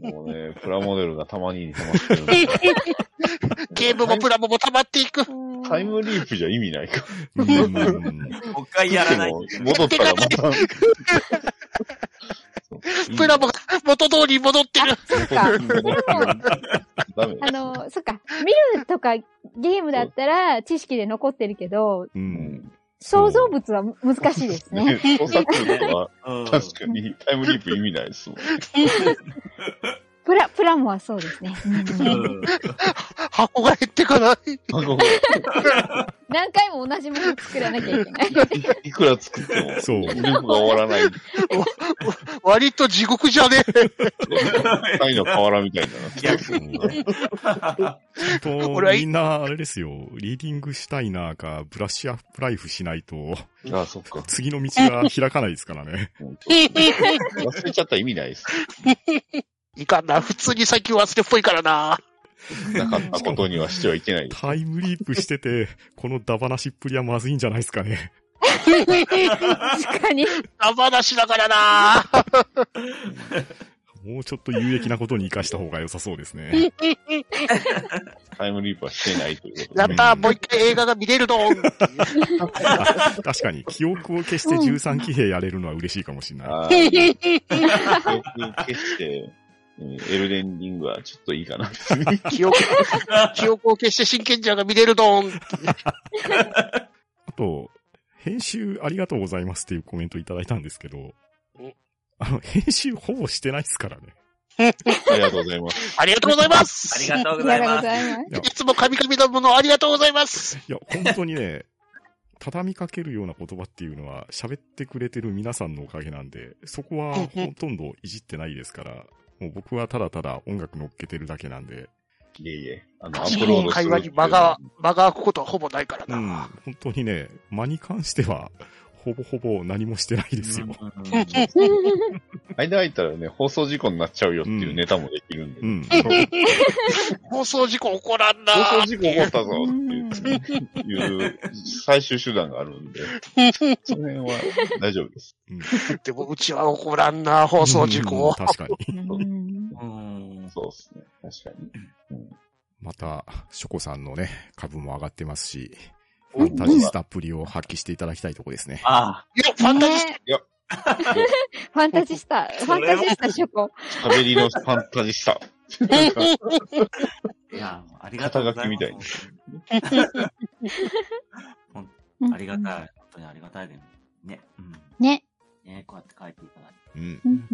F: もうね、プラモデルがたまに溜まってるんで。
E: ゲームもプラモも溜まっていく。
F: タイムリープじゃ意味ないか。
C: うん
D: もう一回やらない
F: も
D: といけない。
F: 戻ったらまた。
E: プラモが元通りに戻ってる。
B: そっか。
F: ダメです
B: あの、そっか。見るとかゲームだったら知識で残ってるけど、
C: う。
F: うんん
B: 想像物は難しいですね。
F: ね創作力は
D: うん
F: 確かにタイムリープ意味ないですもん。
B: プラ、プラモはそうですね。
D: うん
E: 箱が減ってかない。
F: 箱が
B: 何回も同じもの作らなきゃいけない。
F: いくら作っても、
C: そう
F: ループが終わらない。
E: 割と地獄じゃね
F: タイの瓦みたいになってる。
C: と
E: 俺は、い
C: みんな、あれですよ、リーディングしたいなか、ブラッシュアップライフしないと、
F: ああ、そっか。
C: 次の道が開かないですからね。
E: え。
F: 忘れちゃったら意味ないです。
E: いかんな。普通に最近忘れっぽいからな。
F: なかったことにはしてはいけないです。
C: タイムリープしてて、このダバなしっぷりはまずいんじゃないですかね。
B: 確かに。
E: あ話だからな。
C: もうちょっと有益なことに活かした方が良さそうですね。
F: タイムリープはしてないということで
E: やった、もう一回映画が見れるの。
C: あ確かに、記憶を消して13騎兵やれるのは嬉しいかもしれない。
F: あー記憶消して、うんエルデンリングはちょっといいかな。
E: 記憶、記憶を消して真剣じゃが見れるの。
C: あと、編集ありがとうございますっていうコメントいただいたんですけど
E: お、
C: あの、編集ほぼしてないですからね。
F: ありがとうございます。
E: ありがとうございま
D: あり
E: す。
D: がと
B: あ
D: う
B: り
D: ご
B: が
D: ざい
B: とう
D: ま
B: ご
D: す。
B: ざいます。
C: いや
E: いつも神々のものありがとうございます。
C: いや、本当にね、畳みかけるような言葉っていうのは、喋ってくれてる皆さんのおかげなんで、そこは
E: うんうん
C: ほとんどいじってないですから、もう僕はただただ音楽乗っけてるだけなんで、
F: いえいえ、あの、アップロードす
E: 会
F: る
E: 話に間が、間が空くことはほぼないから
C: う
E: な。
C: ん、本当にね、間に関しては、ほぼほぼ何もしてないですよ。
F: うん間空いたらね、放送事故になっちゃうよっていうネタもできるんで。
C: うん。
E: 放送事故起こらんな。
F: 放送事故起こったぞ
B: う
F: っていういう最終手段があるんで、その辺は大丈夫です。
E: でもうちは起こらんな、放送事
C: うん
E: 故。
C: 確かに。
B: うん
D: うん
F: そうですね。確かに。
C: また、ショコさんのね、株も上がってますし、
E: お
C: ファンタジスタっぷりを発揮していただきたいとこですね。
D: あ
E: いや、ファンタジス
B: ね
F: いや
B: ファンタジスタ、ファンタジスタ諸子。
F: 喋りのファンタ ジスタ。
D: あ、いや、ありがとうございます。
F: 肩書
D: ありがたい。本当にありがたいでね。うん。
B: い。ね。
D: ね、こうやって書いていただいて。
C: うん
B: う。ん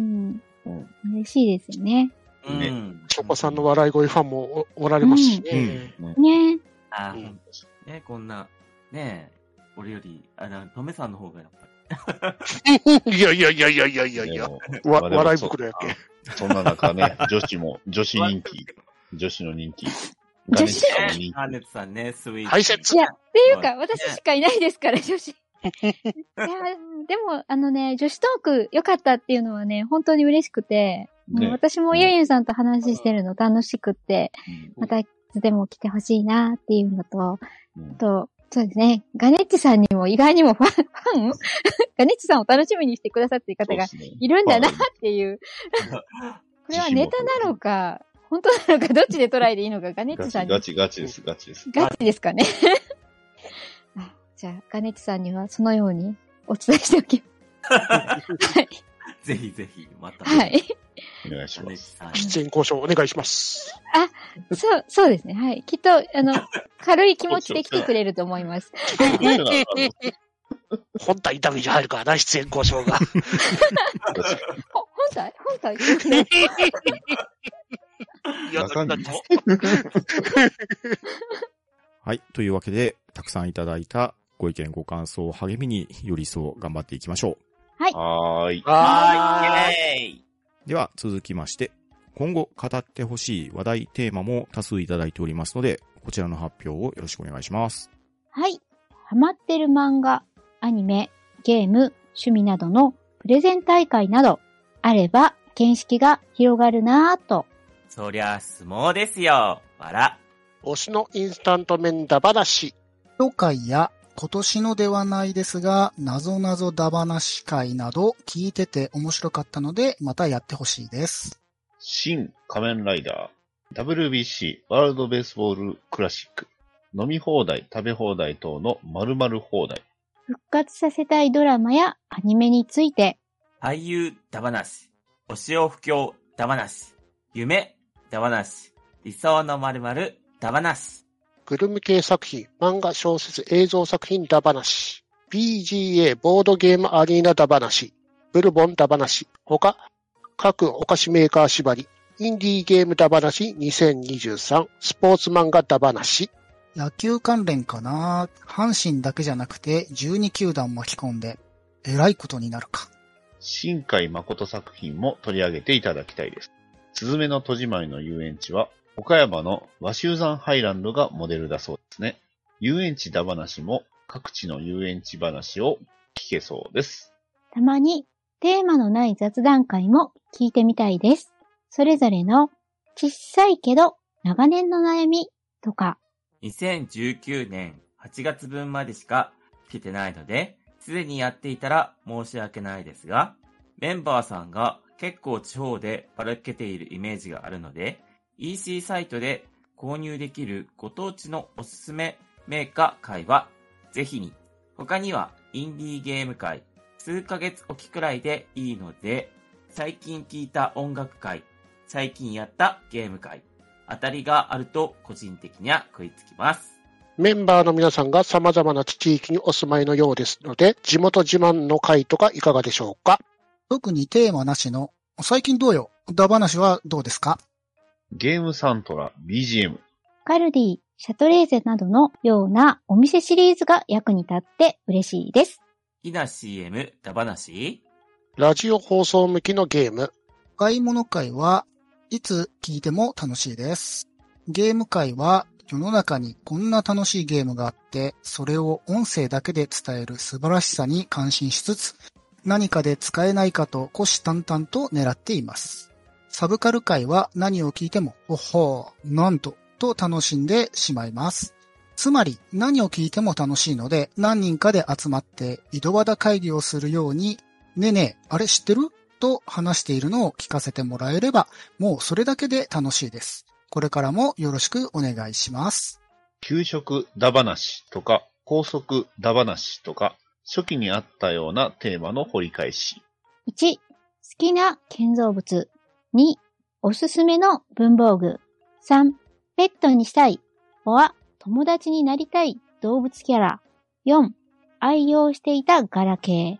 F: う
B: う
F: ん
B: ん嬉しいですよね。
F: ね
D: うん。
E: チョコさんの笑い声ファンもおおられますし
C: うん
E: ね。
B: ね。
D: あ
E: うん
D: ーね、こんな、ね俺より、あ、なトメさんの方がやっぱり。
E: いやいやいやいやいやいやいや。わ、
F: まあでも
E: 笑い袋やっけ。
F: そんな中ね、女子も、女子人気、女子の人気、ガ
B: 女
F: ネッ
B: 子
F: シャの人
D: アーネットさんね、スイーツ。
E: 排泄
B: いや、っていうか、
D: うん
B: 私しかいないですから、女子。いや、でも、あのね、女子トーク良かったっていうのはね、本当に嬉しくて、
F: ね
B: うん私もゆうゆうさんと話してるの楽しくって、
F: 気。
B: またいつでも来てほしいなっていうのと、
F: うんうん
B: あと、そうですね、ガネッチさんにも意外にもファン、ファン ガネッチさんを楽しみにしてくださっている方が
F: そうですね
B: いるんだなっていう。これはネタなのか、本当なのか、どっちで捉えていいのか、ガネッ
F: ガ
B: チさ
F: チ
B: んに
F: ガチガチです、ガチです。
B: ガチですかね。あじゃあ、ガネッチさんにはそのようにお伝えしておきます。はい。
D: ぜひぜひ、また。
B: は。い。
F: お願いし
D: アネ
F: ま
D: ット
F: す。
D: さん。
E: 出演交渉お願いします。
B: そう、そうですね。はい。きっと、あの、軽い気持ちで来てくれると思います。
E: 本体ダメージ入るからな、出演交渉が。
B: ほ本体本体
E: いや、ななんと
C: はい。というわけで、たくさんいただいたご意見、ご感想を励みに寄り添う頑張っていきましょ
F: はーい。
E: はーい。
D: ーい。
C: う。では、続きまして、今後語ってほしい話題、テーマも多数いただいておりますので、こちらの発表をよろしくお願いします。
B: はい。ハマってる漫画、アニメ、ゲーム、趣味などのプレゼン大会などあれば見識が広がるなぁと
D: そりゃ相撲ですよ。わら。
E: 推しのインスタント麺だ話。
A: 初回や今年のではないですが、なぞなぞだ話会など聞いてて面白かったので、またやってほしいです。
F: 新仮面ライダー、WBC ワールドベースボールクラシック、飲み放題、食べ放題等の〇〇放題、
B: 復活させたいドラマやアニメについて、
D: 俳優、だばなし。推しを不況、だばなし。夢、だばなし。理想の〇〇、だばなし。
E: グルメ系作品、漫画、小説、映像作品だ話。BGA ボードゲームアリーナだ話。ブルボンだ話。他、各お菓子メーカー縛り。インディーゲームだ話2023。スポーツ漫画だ話。
A: 野球関連かな阪神だけじゃなくて12球団巻き込んで、えらいことになるか。
F: 新海誠作品も取り上げていただきたいです。すずめの戸締まりの遊園地は、岡山の和州山ハイランドがモデルだそうですね。遊園地だ話も各地の遊園地話を聞けそうです。
B: たまにテーマのない雑談会も聞いてみたいです。それぞれの小さいけど長年の悩みとか、
D: 2019年8月分までしか聞けてないので、すでにやっていたら申し訳ないですが、メンバーさんが結構地方でばらけているイメージがあるので、EC サイトで購入できるご当地のおすすめメーカー会は、ぜひに、他にはインディーゲーム会、数ヶ月おきくらいでいいので、最近聞いた音楽会、最近やったゲーム会、当たりがあると個人的には食いつきます。
E: メンバーの皆さんが様々な地域にお住まいのようですので、地元自慢の回とかいかがでしょうか
A: 特にテーマなしの、最近どうよだ話はどうですか
F: ゲームサントラ、BGM、
B: カルディ、シャトレーゼなどのようなお店シリーズが役に立って嬉しいです。
D: ひな CM だ話
E: ラジオ放送向きのゲーム。
A: 買い物会はいつ聞いても楽しいです。ゲーム会は世の中にこんな楽しいゲームがあって、それを音声だけで伝える素晴らしさに感心しつつ、何かで使えないかと虎視眈々と狙っています。サブカル会は何を聞いても、おっほー、なんと、と楽しんでしまいます。つまり、何を聞いても楽しいので、何人かで集まって井戸端会議をするように、ねえねえ、あれ知ってると話しているのを聞かせてもらえれば、もうそれだけで楽しいです。これからもよろしくお願いします。
F: 給食だ話とか、高速だ話とか、初期にあったようなテーマの掘り返し。
B: 1、好きな建造物。2、おすすめの文房具。3、ペットにしたい。4、友達になりたい動物キャラ。4、愛用していたガラケー。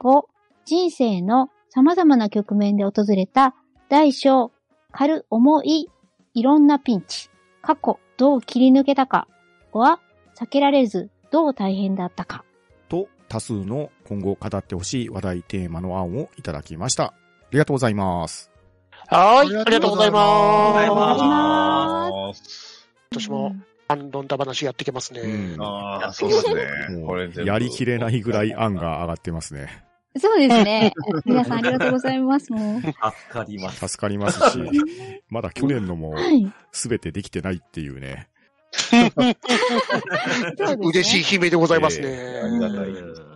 B: 5、人生の様々な局面で訪れた大小、軽、重い、いろんなピンチ。過去、どう切り抜けたか。は、避けられず、どう大変だったか。
C: と、多数の今後語ってほしい話題テーマの案をいただきました。ありがとうございます。
E: はーい、
A: あ
E: あ
A: りがと
E: りがと
A: うご
E: うご
A: ざ
E: ざ
A: い
E: い
A: ます
B: ありがとうござい
E: ます。
F: す。
E: 私も反論だ話やっていけますね。
C: うん
F: ああ、そうですね。
C: も
F: これ
C: う
F: 全部
C: やりきれないぐらい案が上がってますね。
B: そうですね。 皆さんありがとうございます。もう。
D: 助かります。
C: 助かりますし、まだ去年のも
B: はい。
C: すべてできてないっていうね。
E: 嬉しい悲鳴でございますね。
F: ありがたい。
E: うん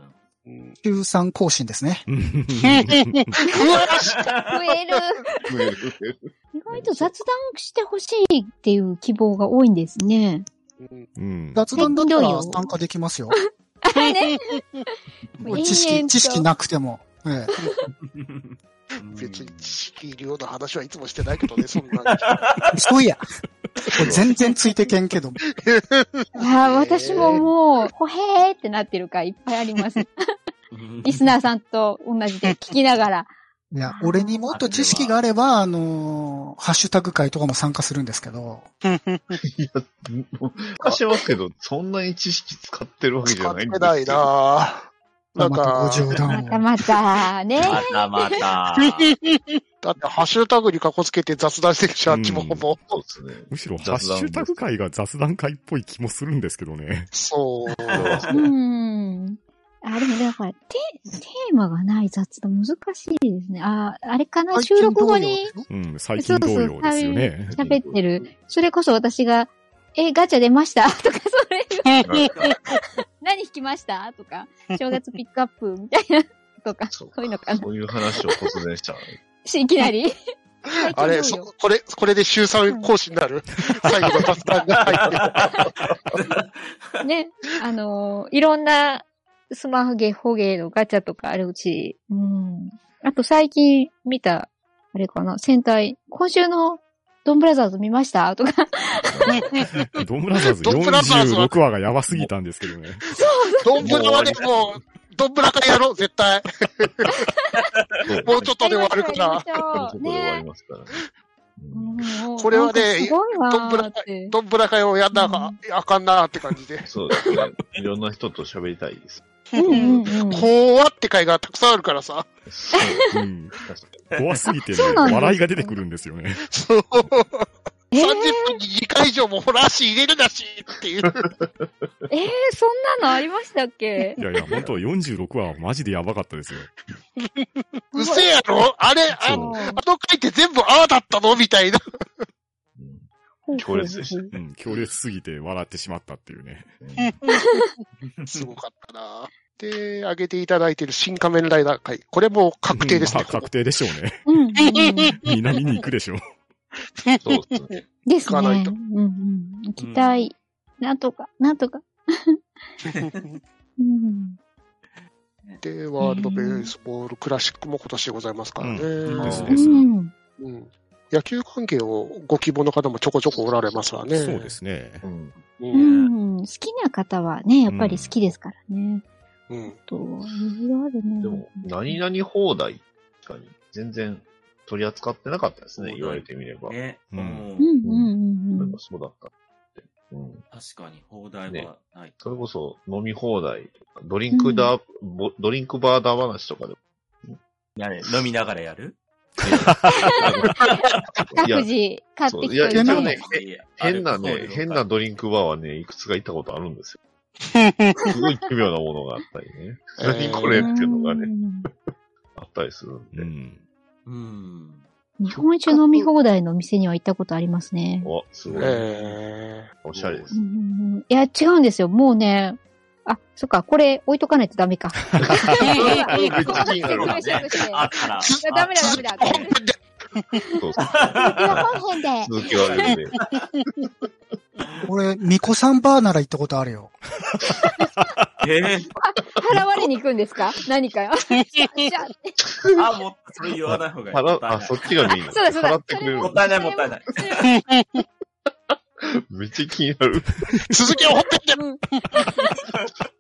A: 中3更新ですね。
B: 増える。 意外と雑談してほしいっていう希望が多いんですね。
E: うん
C: うん。
A: 雑談だった
B: どう
A: ら
B: よ
A: 参加でき ますよ。
B: も
A: 知
B: う延々
A: 識、
B: と
A: 知識なくても。ええ
E: 別に知識量の話はいつもしてないけどね、そんな。
A: そういや。これ全然ついてけんけども。
B: ああ、私ももう、ほへーってなってる回いっぱいあり ます。 リスナーさんと同じで聞きながら。
A: いや、俺にもっと知識があれば、あのーハッシュタグ会とかも参加するんですけど、
F: いや、昔しますけど、そんなに知識使ってるわけじ
E: 使
F: ゃ
E: っ
F: な
E: て
F: いんです
E: ないなぁ。
A: ま
E: な
A: た
E: ん
A: ご
E: か、
A: 冗
B: ま
A: 談
B: た
A: を。
B: またね。
D: またま た。
E: だってハッシュタグにかこつけて雑談してるじゃん、キモも。
F: そうですね。
C: むしろハッシュタグ会が雑談会っぽい気もするんですけどね。
E: そう。
B: うん。あ、でもね、これ、テ、テーマがない雑談難しいですね。あ、あれかな
E: 最近
B: 収録後
E: どう
B: に
E: よ
C: うん、最近同様ですよね。
B: 喋ってる。それこそ私が、え、ガチャ出ました とか、それ言う、 何引きましたと か、正月ピックアップみたいな、 とか、
F: そ
B: そう
F: か
B: ういうのかな
F: そういう話を突然した。
B: しいきな り。
E: あれ、そ、これ、これで週3講師になる、最後の雑談が入ってる。
B: ね、あのーいろんなスマホゲ、ホゲのガチャとかあるし、うん。あと最近見た、あれかな、戦隊、今週のドンブラザーズ見ましたとか、
C: ドンブラザーズ
E: ドンブラザーズは
C: 46話がやばすぎたんですけどね。
E: どんぶらはね、もう、どんぶらからやろう、絶対。もうちょっとで終わるか
B: やりま
E: ら。
B: しょ
F: そうこで終わ
B: ね
F: り。ますからね。
B: うん
E: これ
B: なん
E: はね
B: かすごいわ
E: ドンブラ
B: ーって。
E: どんぶら会をやんなああかんなって感じで。
F: そうですね。いろんな人と喋りたいです。
B: うんうんうん。
E: 怖って会がたくさんあるからさ。
F: そう
C: うん、
F: 確かに
C: 怖すぎてね
B: そうなんですよ
C: 笑いが出てくるんですよね。
E: そう。30
B: えー、
E: 分に2回以上もホラーシー入れるなしってい う。
B: えーそんなのありましたっけ
C: いやいや、本当46話はマジでやばかったですよ。
E: うせえやろあれ、ああ
C: そう
E: の回って全部ああだったのみたいな。
B: うん
F: 強烈でした。
C: うん、強烈すぎて笑ってしまったっていうね。
F: うん
E: すごかったな。で、挙げていただいている新仮面ライダー会。これもう確定ですね。
C: うんまあ確定でしょうね。
B: うん、うんうん。
C: みんな見に行くでしょう。
F: そうです ね。
B: ですね。
E: 行かないと
B: うんうん。行きたい。なんとか、なんとか。うん。
E: で、ワールドベースボールクラシックも今年でございますからね。
F: うん
C: です
B: う
C: です
B: ん。
E: うん野球関係をご希望の方もちょこちょこおられますわね。
C: そうで。すね。
F: うん
B: う
E: う。
B: んん。好きな方はね、やっぱり好きですからね。
E: うん。
B: と、いろいろあるね。
F: でも、何々放題、確かに、全然取り扱ってなかったですね、言われてみれば。
D: ね。
C: うん
B: うん
D: ん。
B: うんうん
F: な
B: うんん
F: か。そうだったって。うん。
D: 確かに、放題
F: ね
D: はない。
F: それこそ、飲み放題とか、ドリンクだ、ぼドリンクバーだ話とかでも。
D: やれ、飲みながらや る
B: 各自買ってき
F: いや
B: て
F: でも
B: ね
F: ね。変なね、変なドリンクバーはね、いくつか行ったことあるんですよ。すごい奇妙なものがあったりね。何こ
E: え
F: れ
E: ー
F: っていうのが
B: う
F: ね、
B: ん
F: あったりするんで
C: う。ん。
D: うん。
B: 日本一飲み放題の店には行ったことありますね。
F: お、すごい。
E: え
F: おしゃれです
B: う。んうんうんいや、違うんですよ。もうね、あ、そっか、これ置いとかないとダメか。
D: あったら。
B: ダメだ、ダメだ。
E: ー、本編で
F: そうそう
B: 本編で。
F: 続きはあるんで。
A: 俺、ミコサンバーなら行ったことあるよ。
D: え
B: 払われに行くんですか何かよ。じゃあ
D: ー、あ、もっとそれ言わない方がいい。
F: 払うあ、そっちがメインだ
B: そうだそうだ
F: 払ってくれる
D: もったいない、もったいない。
F: めっちゃ気になる。
E: 続きは本編で
B: うん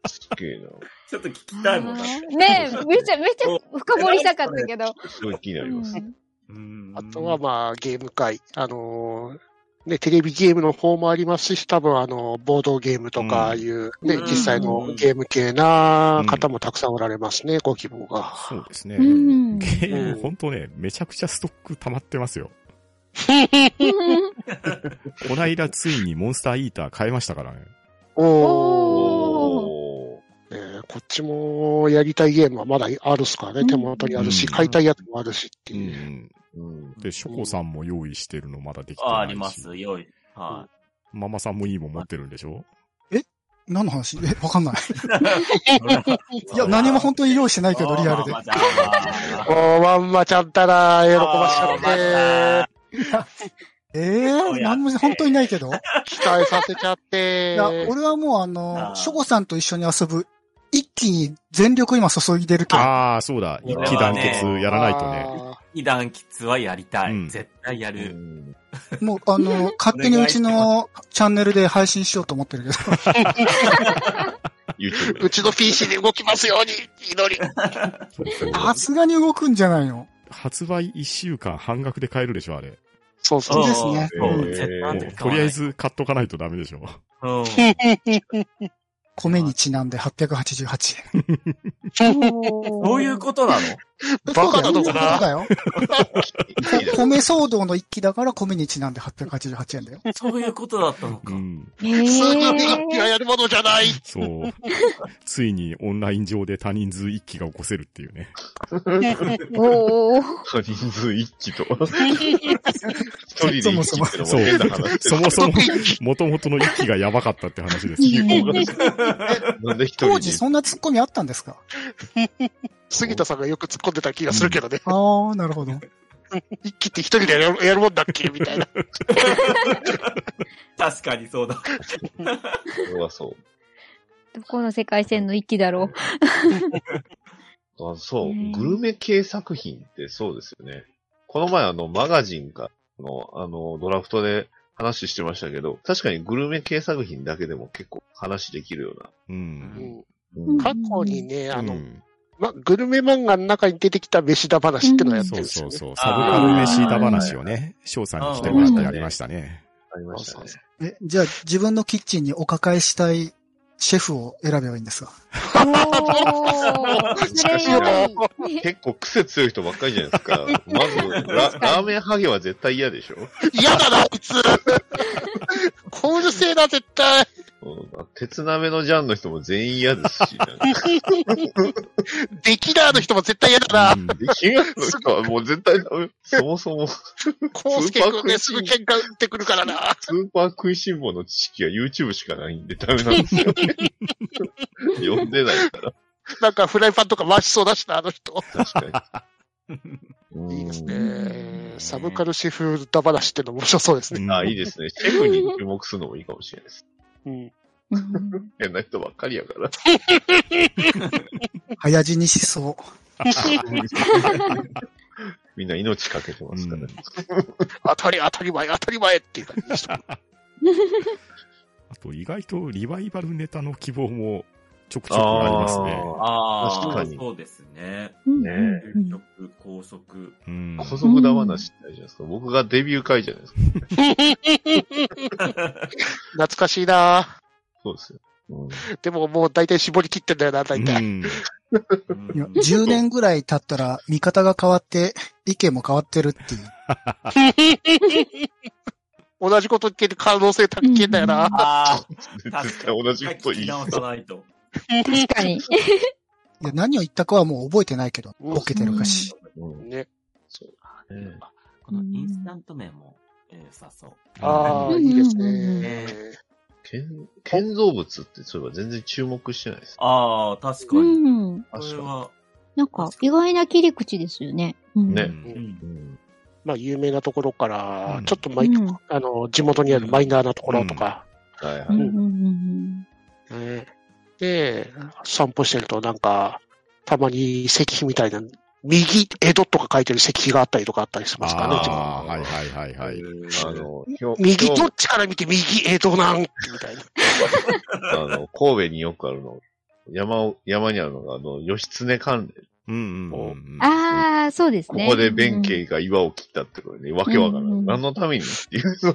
F: すげえな。
D: ちょっと聞きたいもんだって。
B: ねえ、めちゃめちゃ深掘りしたかったけど。
F: すごい気にな
B: う
F: ります。
B: ん
D: うん
E: あとは、まあ、ゲーム会。あのーね、テレビゲームの方もありますし、多分あの、ボードゲームとかいう、ね、
D: うん
E: 実際のゲーム系な方もたくさんおられますね、ご希望が。
C: そうですね。
B: うん
C: ゲーム、本当ね、めちゃくちゃストック溜まってますよ。こないだついにモンスターイーター買いましたからね。
E: おー。
B: おー
F: おー
E: ねえこっちもやりたいゲームはまだあるっすから
B: う
E: ね。
B: ん
E: 手元にあるし、
C: うん
E: 買いたいやつもあるしって
C: う
E: いう。
C: ん。
F: うん。
C: で、ショコさんも用意してるのまだできてないし。
D: あ、あります。よい。は
C: ママさんもいいもん持ってるんでしょ
A: 何の話え、わかん ない。
D: い。
A: いや、何も本当に用意してないけど、リアルで
D: ま。あまあ
E: おー、ワンマちゃんたら、喜ばしちゃって、
A: ええ
D: そう
A: ー、
D: や
A: 何も本当にないけど。
E: 期待させちゃって。
A: いや、俺はもうあの
D: あ、ー
A: ショゴさんと一緒に遊ぶ、一気に全力今注いでるけど、
C: ああ、そうだ。一
F: 俺はね
C: 気団結やらないとね。
D: 二段キッズはやりたい。
C: うん
D: 絶対や
F: う
D: る。
F: ん
A: もうあ の、勝手にうちのチャンネルで配信しようと思ってるけど、
E: あ
F: YouTube
E: ー。うちの PC で動きますように、祈り。
A: さすがに動くんじゃないの
C: 発売1週間半額で買えるでしょ、あれ。
E: そう
A: そ
E: そうう。
A: ですね
D: そう
F: うん
D: 絶
C: も
D: 対
C: う
D: 絶対
C: とりあえず買っとかないとダメでしょ。
D: うん。
A: 米にちなんで888円。
B: そ
D: そういうことなの
E: バカなの
A: そ
E: か
A: ういうこと
E: な
A: だよ。
F: いいです
A: 米騒動の一期だから米にちなんで888円だよ。
D: そういうことだったのか
C: う。ん。
B: へえ。
E: 数学学期はやるものじゃない
C: そう。ついにオンライン上で他人数一気が起こせるっていうね。
B: おー。
F: 人数一気と。一人で
A: そも
F: 一
A: そ
F: 気
A: も
F: ってのも
C: そう
F: 変な話。。
C: そも そも、
E: 得意
C: 元々の一気がやばかったって話です。
F: なんで一人で
A: 当時そんなツッコミあったん ですか
E: 杉田さんがよく突っ込んでた気がするけどね。
A: ああ、なるほど。
E: 一気って一人でやるやるもんだっけみたいな。
D: 確かにそうだ。
F: そうはそう。
B: どこの世界線の一期だろう。
F: あそう、
B: ね
F: グルメ系作品ってそうですよね。この前あの、マガジンかの、あの、ドラフトで話してましたけど、確かにグルメ系作品だけでも結構話できるよ
C: う。
E: うんん
F: うな。うん
B: ん
E: 過去にね、あの、
C: うん
E: ま、グルメ漫画の中に出てきた飯だ話ってのをやって
C: そ
E: るん
C: う
E: です
C: そ
E: よ、
C: う
E: ね。
C: そう。サブカル飯だ話をね、翔さんに来てもらってやりましたね。
F: ありましたね。
E: そう
A: え、じゃあ自分のキッチンにお抱えしたいシェフを選べばいいんですか
B: おー。それより。
F: 結構癖強い人ばっかりじゃないですか。まずラ、ラーメンハゲは絶対嫌でしょ、
E: 嫌だな、あいつコール性だ、絶対
F: うん、鉄鍋のジャンの人も全員嫌ですし、なんか
E: デキラーの人も絶対嫌だ
C: うん
F: できるの人はもう絶対ダメ。そもそも、ス
E: なコウスケ君ね、すぐ喧嘩売ってくるからな
F: ーパー食いしん坊の知識は YouTube しかないんでダメなんですよね。読んでないから。
E: なんかフライパンとか回しそうだしな、あの人。
F: 確かに。
E: いいです
F: うん
E: ね。サブカルシェフだ話っての面白そうですね。
F: あ、いいですね。シェフに注目するのもいいかもしれないです。
E: うん。
B: うん
F: 変な人ばっかりや から。
A: 早死にしそう。
F: みんな命かけてますから、ね
E: 当たり当たり前、当たり前っていう感じでした。
C: あと意外とリバイバルネタの希望もちょくちょくありますね。
D: ああ、
F: 確かに
D: そうですね。
B: うん
F: ね
B: うん
D: 究極、高速。
C: うん。
F: 古速だ話ってあるじゃないですか。僕がデビュー会じゃないですか。
E: 懐かしいな
F: そうですよ。うん、
E: でももう大体絞り切ってんだよな、
C: う
E: 大体。
C: ん
D: うん
A: いや10年ぐらい経ったら見方が変わって、意見も変わってるっていう。
E: 同じこと言ってる可能性高いんだよな。
D: ああ、
F: 絶対同じこと言い
D: 聞き直さないと。
B: 確かに。
A: いや何を言ったかはもう覚えてないけど、ボケてるかし。
F: うん、
E: ね。
F: うね
D: あこのインスタント麺もえー良さそう。
E: ああ、
B: うん
E: いいです
B: うん
E: ね。
F: 建建造物ってそういえば全然注目してないです。
D: ああ、確か
B: う
D: に。
B: ん。
D: これは、
B: なんか、意外な切り口ですよね。うん
F: ね
D: うん
F: うん、
E: まあ、有名なところから、
C: うん
E: ちょっとマイ、
B: うん
E: あの、地元にあるマイナーなところとか、
F: はいはい。
B: うんうんうん
E: ねで、散歩してるとなんか、たまに石碑みたいな、右、江戸とか書いてる石碑があったりとかあったりしますからね。
C: ああ、はいはいはいはい。
F: あの、ひょ
E: 右
F: ひょ
E: どっちから見て右江戸なんてみたいな。
F: あの、神戸によくあるの。山を、山にあるのが、あの、義経関連。
C: うんうんうんうん。
B: うん。ああ、そうです
F: こ
B: ね。
F: こで弁慶が岩を切ったってことね、わけわから
B: うん
F: ん。何のためにっていう、その、
B: う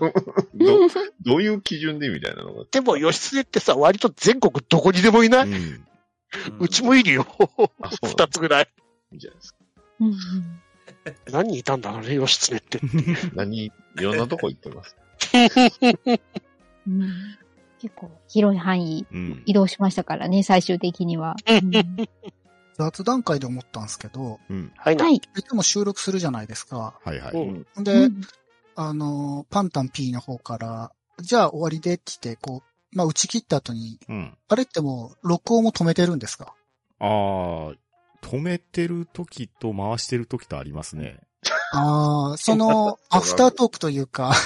B: んうん。
F: ど、どういう基準でみたいなのが。
E: でも、義経ってさ、割と全国どこにでもいない、
C: うん
E: うちもいるよ。
F: あ、そうな
E: 二
F: ん
E: つぐらい。
F: じゃないですか。
B: うんうん
E: 何人いたんだろうね、義経って。
F: 何、いろんなとこ行ってます。
B: うん結構広い範囲
C: うん
B: 移動しましたからね、最終的には。うん
A: 雑談会で思ったんですけど、
C: うん。
E: はいな。
B: はい。
A: いつも収録するじゃないですか。
C: はいは
E: う
C: い。
E: ん
A: で、
B: うん
A: あの、パンタン P の方から、じゃあ終わりでって来て、こう、まあ打ち切った後に、
C: うん。
A: あれってもう録音も止めてるんですか
C: ああ、止めてる時と回してる時とありますね。
A: ああ、その、アフタートークというか、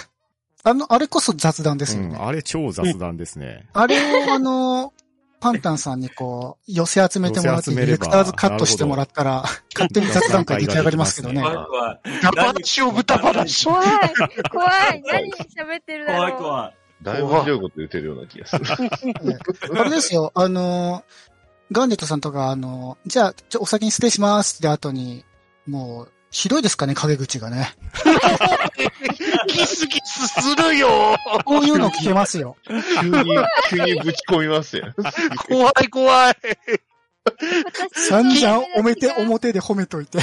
A: あの、あれこそ雑談ですよ
C: う
A: ね。
C: んあれ超雑談ですね。
A: あれを、あの、パンタンさんにこう、寄せ集めてもらって、デ
C: 寄せ集め
A: ィ
C: れ
A: レ
C: ば
A: クターズカットしてもらったら、勝手に雑談会出来上がりますけどね。
C: な
D: 怖
C: る
D: い怖い。
E: ダバナシを豚話。
G: 怖い、怖い、何喋ってるだろう。
D: 怖い怖
F: だいぶひどいこと言ってるような気がする。
A: あれですよ、あの、ガンデットさんとか、あの、じゃあ、ちょお先に失礼しますって後に、もう、ひどいですかね、陰口がね。
E: ギスギスするよ。
A: こういうの聞けます よ。
F: 急に、急にぶち込みますよ。
E: 怖い怖い。
G: 私の
A: 散々、おめて、
G: 夢が違う
A: 表で褒めといて。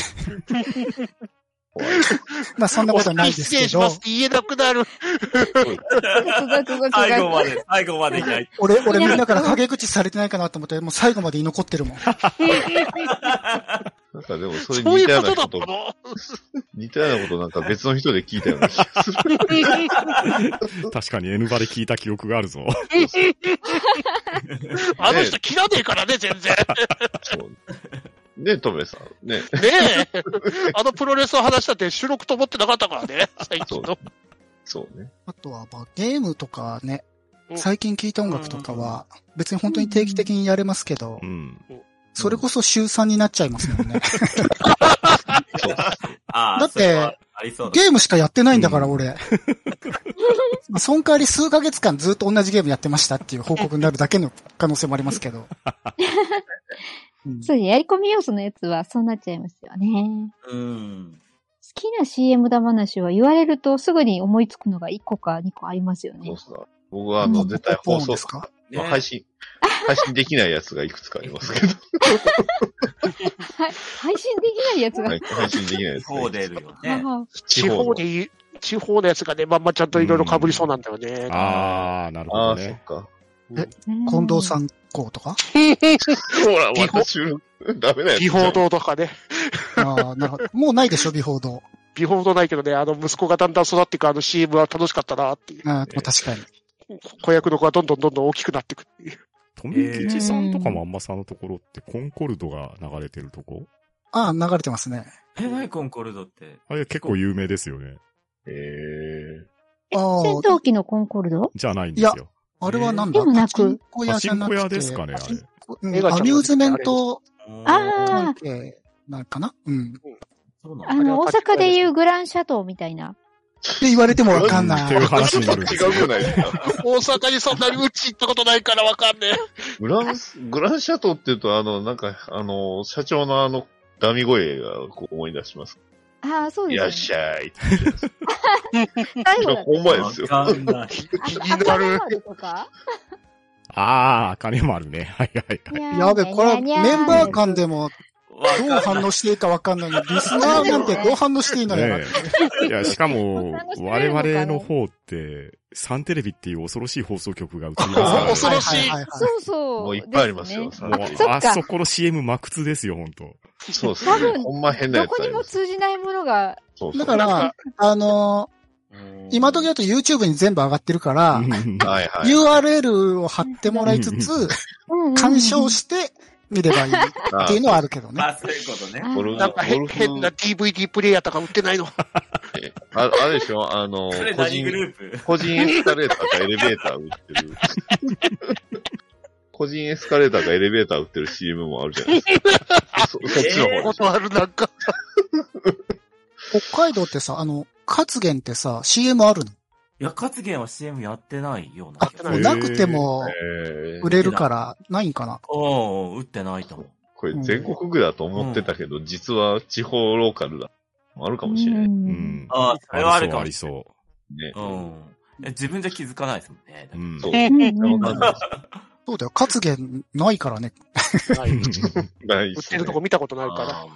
F: 怖い。
A: まあそんなことはないです
E: お
A: け
E: 失礼しま
A: ど
E: すっ、て言えなくなる。
G: ごくごくごくごく。
D: 最後まで、最後までいない。
A: 俺、俺みんなから陰口されてないかなと思って、もう最後まで居残ってるもん。
F: なんかでもそ
E: そ
F: れ
E: うい
F: 似たよ
E: う
F: うな
E: こ
F: こと
E: とだったの
F: 似たようなことなんか別の人で聞いたような気がする。
C: 確かに N バで聞いた記憶があるぞ。
E: あの人切らねえからね、全然。
F: そうねえ、トメさん。ねえ、
E: ねえ。あのプロレスの話だって収録と思ってなかったからね、最近の。
F: そうね。
A: あとは、まあ、ゲームとかね
E: う、ん
A: 最近聴いた音楽とかは、別に本当に定期的にやれますけど
C: う、ん。
A: それこそ週3になっちゃいますもんね。
F: そう
D: ああ、
A: だって
D: それはありそうだ。
A: ゲームしかやってないんだから、
C: うん
A: 俺。 まあそん代わり数ヶ月間ずっと同じゲームやってましたっていう報告になるだけの可能性もありますけど。うん
B: そうね、やり込み要素のやつはそうなっちゃいますよね。
D: うん。
B: 好きな CM だ話は言われるとすぐに思いつくのが1個か2個ありますよ
F: そ
B: ね
F: う。すな。僕はあの、絶対放
A: ポンで
F: 送
A: す、か
F: ま
D: ね
F: あ、配信、配信できないやつがいくつかありますけど、
B: はい配信できないやつが。
F: はい配信できないやつ
D: そう
F: が
D: 出
F: い
D: る
F: くつか。
D: よね。
B: ああ
E: 地方で、地方のやつがね、まんまちゃんといろいろ被りそうなんだよね。
C: あー、なるほ
F: あ
C: ど
F: あ、そっ
C: ね。
F: か。
A: 近藤
B: ん。
A: さんこうとか
F: ほら、
E: 違法
F: 私、ダメなやつ。
E: 美報。道とかね。
A: ああ、なるほど。もうないでしょ、美報道。
E: 美報道ないけどね、あの息子がだんだん育っていくあの CM は楽しかったなっていう。
A: ああ確かに。
E: 子役の子がどんどんどんどん大きくなっていくっていう。
C: 富吉さんとかもあんまさんのところってコンコルドが流れてるとこ
A: ああ、流れてますね。
D: え、何コンコルドって。
C: あれ結構有名ですよね。
F: ええ
B: え
A: ああ
B: 戦闘機のコンコルド
C: じゃないんですよ。
A: あれはなんだ
B: でもなく
A: パチンコ
C: パ
A: 屋
C: チ
A: じゃ
C: ン
A: な
C: コ
A: くて。
C: 屋ですかね、あれ。
A: うん
E: 映画
A: ア
E: 館
A: ミューズメント
B: ああ
A: 関、係なんかなうん。っ
D: そうな
B: あ
D: の
B: の、大阪でいうグランシャトーみたいな。
A: て言われてもわかん
C: っ
A: な
C: て
A: い
C: いう。話になるんですよ
F: 違う。くないですか
E: 大阪にそんなにうち行ったことないからわかんね
F: グランス、グランシャトーって言うと、あの、なんか、あの、社長のあの、ダミ声がこう思い出します。
B: ああ、そう
F: い
B: です、ね。
F: らっしゃい。
B: 最後だ
F: ほんまですよ。
D: わかんない。
E: え。気
B: あ
E: にな
B: 赤
E: る
B: レ。マルとか
C: あー、金もあるね。はいはいはい。
A: やべ、これはメンバー間でも
B: も。
D: わか
A: ど
D: ん
A: う
D: ない
A: 反応していいかわかんないのに、リスナーなんてどう反応していいのよ。
C: ねえ。いや、しかも
B: 楽、しめ
C: 我
B: るのかな
C: 々の方って、サンテレビっていう恐ろしい放送局が映ります
A: あ
C: から
A: ー
C: ね。
E: 恐ろしい
A: ははは
B: そうそう。
F: もういっぱいありますよ
B: です
F: さ
B: ね
F: ら
B: あ
F: に、
B: そ
C: あ
B: っか
C: そ。この CM 真靴ですよ、本当
F: そうです
B: 多
F: ね。
B: 分
F: ほんま変
B: ど
F: なやつ
B: こ
F: あ
B: に
F: り
B: も
F: ます。
B: 通じないものが、
F: そうそ
A: だ
F: う
A: か
E: なん
A: ら
E: か、
A: あのー今時だと YouTube に全部上がってるから、
F: はいはい。
A: URL を貼ってもらいつつ、
B: うんうんうん
A: 干渉して見ればいいっていうのはあるけどね。
D: あ、そういうことね。
B: あ
F: ゴルフ、
E: なんか
F: ゴ
E: 変
F: ルフ
E: 変な DVD プレイヤーとか売ってないの。
F: えああれでしょあの、
D: それ
F: 個
D: 何グ
F: 人、
D: ループ
F: 個人エスカレーターかエレベーター売ってる。個人エスカレーターかエレベーター売ってる CM もあるじゃないですか。そそっちの方です。
E: 断るなんか。
A: 北海道ってさ、あの、活源ってさ、CM あるの
D: いや、活言は CM やってないような
A: あ
D: 気がす、る。
A: もうなくても
F: え
A: 売
F: ー
A: れるから、ないんかな。
D: おう打ってないと思う。
F: これ全国区だと思ってたけど、実は地方ローカルだ。あるかもしれな
B: う
F: い
C: うんん。
D: ああ、それはあるか
C: あ
D: も
C: り
D: し
C: そう、ありそ
D: れな
F: ね。
D: い。うん。え自分じゃ気づかないですもんね。
C: う。うん
F: そ
B: う
F: う。
B: んうん
F: そんなの
A: そうだよ、活源ないからね。
E: ない売
F: ないっ
E: っ
F: す
E: て
F: ね
E: るとこ見たことないか
D: あー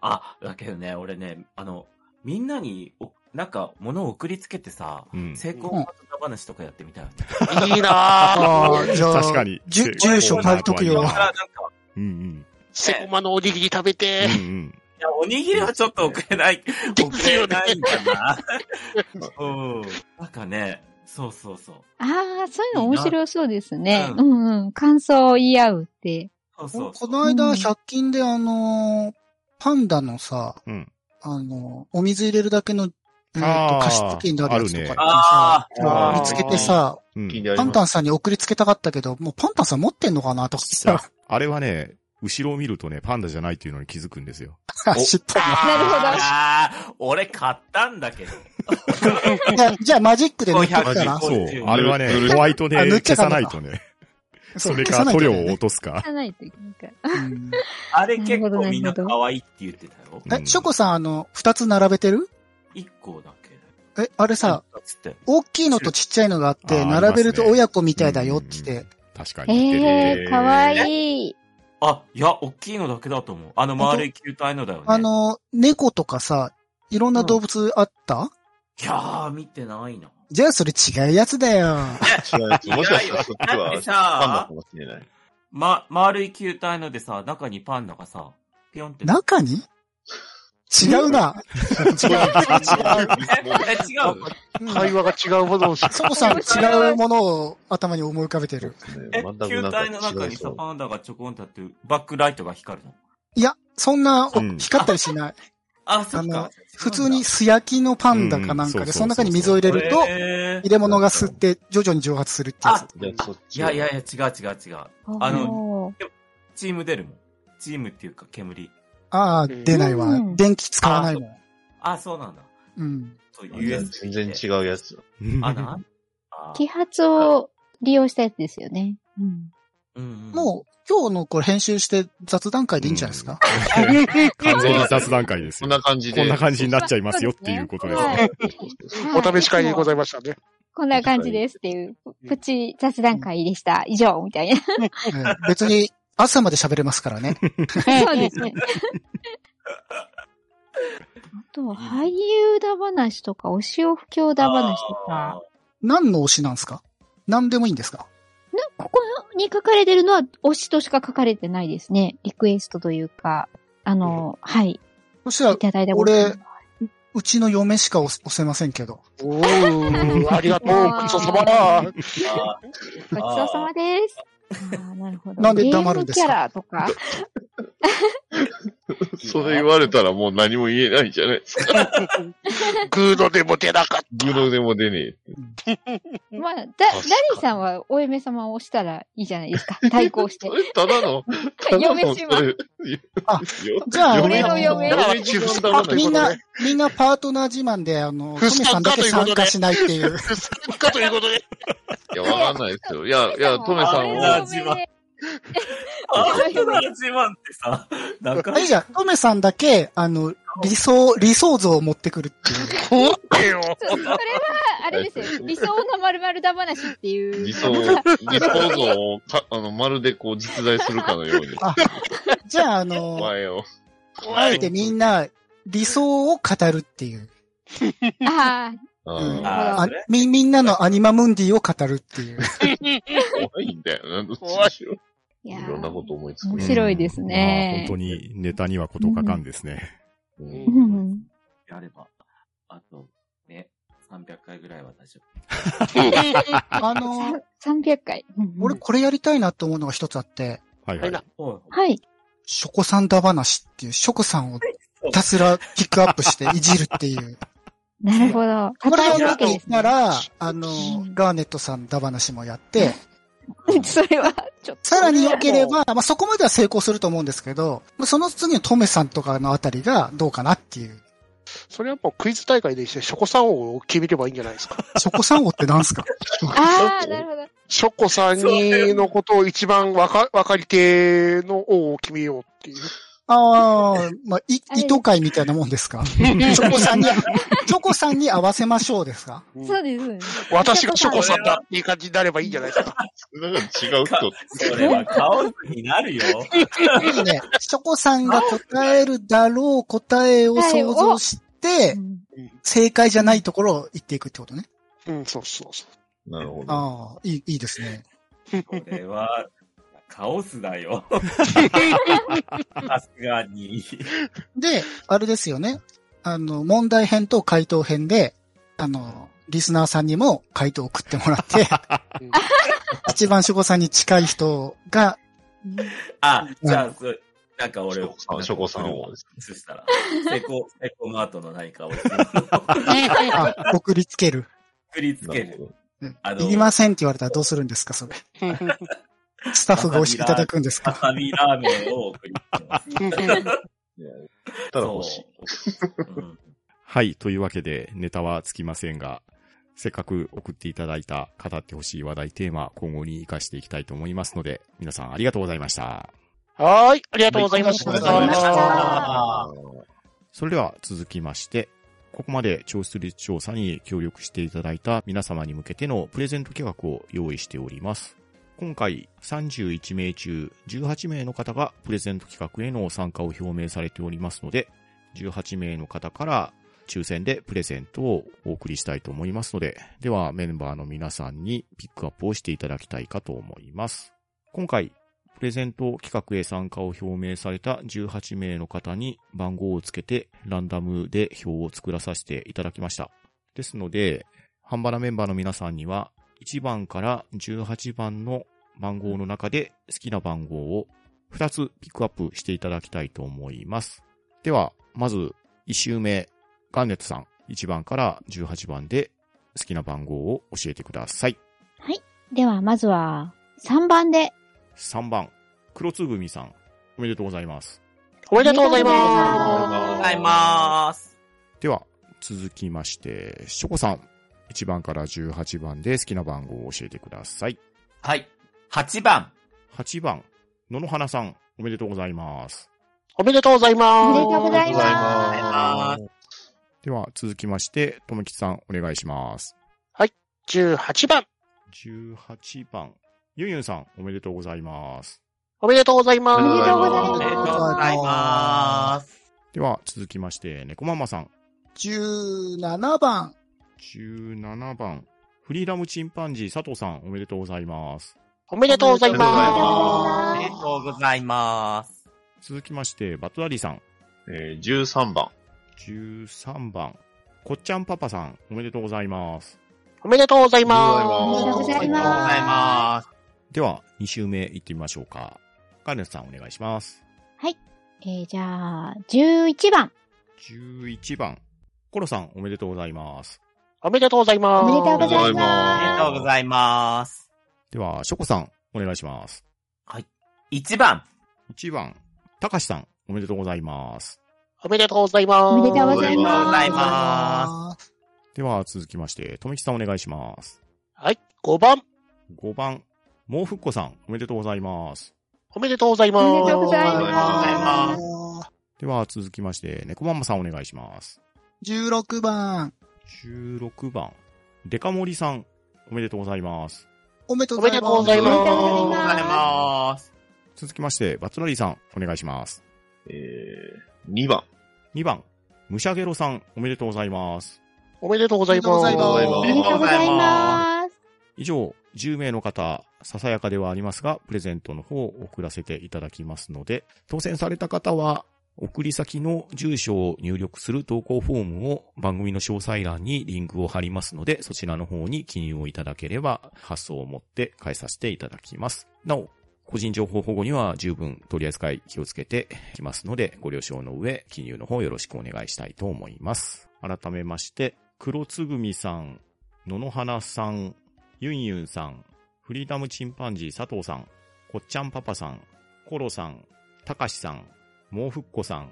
D: あ、だけどね、俺ね、あの、みんなにお、なんか、物を送りつけてさ、
C: うん
D: 成功の話とかやってみたいよね。
E: ら。いいなぁ。
A: ああ、じゃあ、
C: 確かに
A: じゅ住所書いとく
C: うん
D: だ
A: よ
D: か。らなんか、
C: うんうん。
E: セコマのおにぎり食べ
C: う
E: て
C: んう。ん。
D: いや、おにぎりはちょっと送れない、送
E: すよ
D: れ
E: ね
D: ないんだな。うん。なんかね、そうそうそう。
B: ああ、そういうの面白そうですね。
D: う
B: うんうん。感想を言い合うって。
D: そうそうそ
A: こ
D: う。
A: の間、100均であのーパンダのさ、
C: うん
A: あのーお水入れるだけの、えーと
C: あー
A: 加湿器になるやつとかっ
D: あ
A: てさ
E: あるね
A: 見つけてさ、
C: うん
F: 気になり
A: パン
F: ます
A: タンさんに送りつけたかったけど、もうパンタンさん持ってんのかなとかさ、
C: あれはね、後ろを見るとね、パンダじゃないっていうのに気づくんですよ。
F: お
A: 知った
E: あー
B: なるほど
D: ああ、俺買ったんだけど。
A: なじゃあじゃあマジックで塗っとく
D: マ
A: か
D: ジ
A: ら
D: ッ
C: そ
D: そうう。
C: あれはね
F: 塗る、
C: ホワイトで
A: あ塗っちゃ
C: 消
A: ダ
C: さ
A: メだ
C: ないとね。
A: そ
C: そうれ
A: 消さ
C: か
A: ないと
C: 塗
A: ね
C: 料を落とすか。
B: じゃないといけないから。
A: うん
D: あれ結構みんな可愛いって言ってたよ。
C: うん
A: え、ショコさん、あの、二つ並べてる
D: 一個だけ。
A: え、あれさ、
D: つって。
A: 大きいのとちっちゃいのがあって、
C: あー
A: 並べると
C: ありますね
A: 親子みたいだよって言って、
C: 確かに。
B: ええー、かわいい。
D: あ、いや、大きいのだけだと思う。あの丸い球体のだよね。
A: あ、の、猫とかさ、いろんな動物あった
D: いやー、見てないな。
A: じゃあそれ違うやつだよ。
F: 違うやつ。もしかしたらそっち
D: だって
F: は
D: さ
F: パンダかもしれない。
D: ま、丸い球体のでさ、中にパンダがさ、ぴょんって。
A: 中に違うな。違う。
D: え、違う
A: 違う。
E: 会話が違うものをし
A: そこさん違うものを頭に思い浮かべてる。
D: え、
F: 全く
D: 球
F: なんか
D: 体の中
F: 違
D: に
F: いそ
D: さ、
F: う。
D: パンダがちょこんとあって、バックライトが光るの。
A: いや、そんな、お
C: うん
A: 光ったりしない。
D: あ、そ
A: あ
D: っ
A: の
D: か。、
A: 普通に素焼きのパンダかなん
C: う
A: か
C: ん
A: で、
C: うんそうそうそう
A: その中に水を入れると、
D: え
A: 入れ物が吸って徐々に蒸発するってやつ
D: あ。
F: じゃあそっ
D: い
F: ちは
D: やいやいや、違う違う違う。あの、
B: の、
D: チーム出るもん。チームっていうか、煙。
A: ああ、出ないうわ。
B: ん
A: 電気使わないもん。
D: あ、そうなんだ。
A: うん。
D: そう、
F: いや
D: USB
F: 全然
D: で
F: 違うやつ。
D: あ、なんあ
B: 揮発を利用したやつですよね。うん。
D: うんうん
A: もう、今日のこれ編集して雑談会でいいんじゃないですか、
C: 完全に雑談会です
F: こ
C: よ
F: ん。な感じで。
C: こんな感じになっちゃいますよっていうことです
B: は
C: ね。
B: い
E: お試し会でござ
B: いま
E: いましたね。
B: す。こんな感じですっていう、プチ雑談会でした。以上、みたいな。
A: ええ別に朝まで喋れますからね。
B: そうですね。あとは、俳優だ話とか、お塩不況だ話とか、
A: 何の推しなんですか何でもいいんですか
B: なんかここに書かれてるのは推しとしか書かれてないですね。リクエストというか、あの、はい、
A: そしたら
B: い、ただいた
A: 俺うちの嫁しか押せ押せませんけど。
E: おー、ありがとう、ごちそうさまだ。
D: あ
B: ごちそうさまです。あーなるほど。
A: なんで黙るんですか
B: ゲームキャラとか。
F: それ言われたらもう何も言えないじゃないですか。
E: グーのでも出なかっ
F: グロでも出ねえ。
B: まあ、だ、
F: か
B: ダ
F: に
B: ニさんはお嫁様を押したらいいじゃないです か。対抗して
F: そ。れただの、ただの
B: 嫁島
F: それ。
A: あ
F: よ
A: じゃあ、
B: 俺の嫁
E: た。だから、
F: 嫁
E: チ
F: 自
E: フス
F: 分
E: ター
F: だも
E: とい
A: み
E: うこ
A: ん
E: と
A: な
E: で。、
A: みんなパートナー自慢で、あの、ト
E: 不
A: メ
E: 参加
A: さんだけ参加しないっていう。
E: 不参加ということで。
F: いや、わかんないですよ。いや、いや、トメ
D: あ
F: さん
D: れ
F: を
D: だ
B: お嫁で
D: あ、そうなんだ自慢ってさ、なんか
A: あ、いいじゃん、トメさんだけ、あの、理想、理想像を持ってくるっていう。
E: 怖ってよ。
B: そそれは、あれですよ。理想の〇〇だ話っていう。
F: 理想、理想像をか、あの、まるでこう実在するかのように。
A: あじゃあ、あの、
F: 前を。
A: あえてみんな、理想を語るっていう。
B: ああ、
F: あ
A: うん
F: ー
D: あー
A: あ
D: それ
A: み、みんなのアニマムンディを語るっていう。
F: 怖いんだよな、どっちにしろ。
B: い
F: い
B: やー
F: ろんなこと思いつく
B: 面。白いですね
C: うんまあ本当にネタにはこと書かんですね。
F: う
B: うんん
D: やれば、あと、ね、300回ぐらいは大丈夫。
A: あ
B: さ
A: の、
B: 300回。うんうん
A: 俺これやりたいなと思うのが一つあって、
C: はいはい。
D: おい
B: はい。
A: ショコさんだ話っていう、ショコさんをひたすらピックアップしていじるっていう。
B: なるほど。
A: これ
B: 語る
A: や
B: わ
A: っ
B: け
A: て
B: で
A: い
B: す
A: た
B: ね。
A: ら、あの、ガーネットさんだ話もやって、
B: それは、ちょっと。
A: さらに良ければ、まあ、そこまでは成功すると思うんですけど、まあその次のトメさんとかのあたりがどうかなっていう。
E: それはもうクイズ大会でして、ショコさん王を決めればいいんじゃないですか。
A: ショコさん王ってなんすか
B: ああ、なるほど。
E: ショコさんにのことを一番わか、わかり手の王を決めようって いう。
A: ああ、まあ、い、
B: あれ
A: 糸会みたいなもんですか ショコ さんに、ショコさんに合わせましょうですか
B: そうですそうです。
E: 私がショコさんだっていう感じになればいいんじゃないですか。
F: なんか違う人。
D: それはカオスになるよ。
A: でもね、ショコさんが答えるだろう答えを想像して
B: う、ん
A: 正解じゃないところを言っていくってことね。
E: うん、そうそうそう。
F: なるほど。
A: ああ、いい、いいですね。
D: これは、カオスだよ。さすがに。
A: で、あれですよね。あの、問題編と回答編で、あの、リスナーさんにも回答を送ってもら って、
E: うん
A: 一番守護さんに近い人が、
D: あ、じゃあ、そうなんか
F: シ
D: 俺
F: ョコさん、ショコさんをです。
D: そしたら、セコ、セコマートの何かを
A: あ送りつける。
D: 振り付
F: な
D: け
F: る
D: る。
F: ほ
D: あの
A: いりませんって言われたらどうするんですか、 それ。スタッフが美味しくいただくんです
D: ハ
A: か。
D: サミラーメンを送りつけます。
F: ど。ただ欲しい。
D: そううん
C: はい。というわけで、ネタはつきませんが、せっかく送っていただいた、語ってほしい話題テーマ、今後に活かしていきたいと思いますので、皆さんありがとうございました。
E: はーい、ありがとうございました。
A: ありがとうございま
B: した
D: あ
C: それでは続きまして、ここまで調出率調査に協力していただいた皆様に向けてのプレゼント企画を用意しております。今回31名中18名の方がプレゼント企画への参加を表明されておりますので、18名の方から抽選でプレゼントをお送りしたいと思いますので、ではメンバーの皆さんにピックアップをしていただきたいかと思います。今回、プレゼント企画へ参加を表明された18名の方に番号をつけてランダムで表を作らさせていただきました。ですので、ハンバラメンバーの皆さんには1番から18番の番号の中で好きな番号を2つピックアップしていただきたいと思います。では、まず1周目、ガンネットさん、1番から18番で好きな番号を教えてください。
B: では、まずは、3番で。
C: 3番、黒つぶみさん、おめでとうございます。
E: おめでとうございます。
D: ございます。
C: では、続きまして、ショコさん、1番から18番で好きな番号を教えてください。
D: はい。8番。
C: 8番、野々花さん、おめでとうございます。
E: おめでとうござい
B: お
E: ます。
B: めでとうござい
F: おめでとうござい
B: ま。
F: ます
D: あり
C: では、続きまして、とめきちさん、お願いします。
E: 18番。
C: 18番、ゆんゆんさん、おめでとうございます。
E: おめでとうございます。
B: おめでとうござい
D: が
B: ます
D: とうございます。
C: では、続きまして、猫ママさん、
A: 17番、
C: 17番、フリーダムチンパンジー佐藤さん、おめでとうございます。
E: おめでとうござい
D: あ
E: ま
D: り
E: す。
D: がとうございます。
C: 続きまして、バトラリーさん、
F: えー13番。
C: 13番、こっちゃんパパさん、おめでとうございます。
E: おめでとうござい
B: お
E: ま
B: め
E: す
B: で。とうござい
D: ありがとうござい
B: ま
D: ます。
C: では、2周目行ってみましょうか。カーネスさんお願いします。
B: す。えー、じゃあ、11番。
C: 11番、コロさんおめでとうございます。
E: おめでとうございます。
B: おめでとうござい
D: あり
B: ま
D: がとうございます。
C: では、ショコさんお願いします。
D: 1番。
C: 1番、たかしさんおめでとうございます。
E: おめでとうございます。
B: おめでとうござい
D: おめでとうござ
B: ま
D: い
B: す。
D: ま
C: では、続きまして、とみきさんお願いします。
E: はい。5番。
C: 5番、もうふっこさんおめでとうございます。
E: おめでとうございます。
B: おめでとうござい
D: ま
B: ますす。
C: では、続きまして、猫ママさんお願いします。
A: 16番、
C: 16番、デカモリさんおめでとうございます。
A: おめでとう
E: お
A: ご
E: め
A: ざ
E: で
A: い
E: とうご
A: ます
E: ざいま
B: おめ
E: す。
B: でとうご
D: おめでとうございます。
C: 続きまして、バツラリーさんお願いします。
F: えー2番。
C: 2番、ムシャゲロさん、おめでとうございます。
E: おめでとうございます。
A: おめでとうござい
B: お
A: ます
B: めでとうございます。
C: 以上、10名の方、ささやかではありますが、プレゼントの方を送らせていただきますので、当選された方は、送り先の住所を入力する投稿フォームを番組の詳細欄にリンクを貼りますので、そちらの方に記入をいただければ、発送を持って返させていただきます。なお、個人情報保護には十分取り扱い気をつけていきますので、ご了承の上、記入の方よろしくお願いしたいと思います。改めまして、黒つぐみさん、野々花さん、ユンユンさん、フリーダムチンパンジー佐藤さん、こっちゃんパパさん、コロさん、たかしさん、もうふっこさん、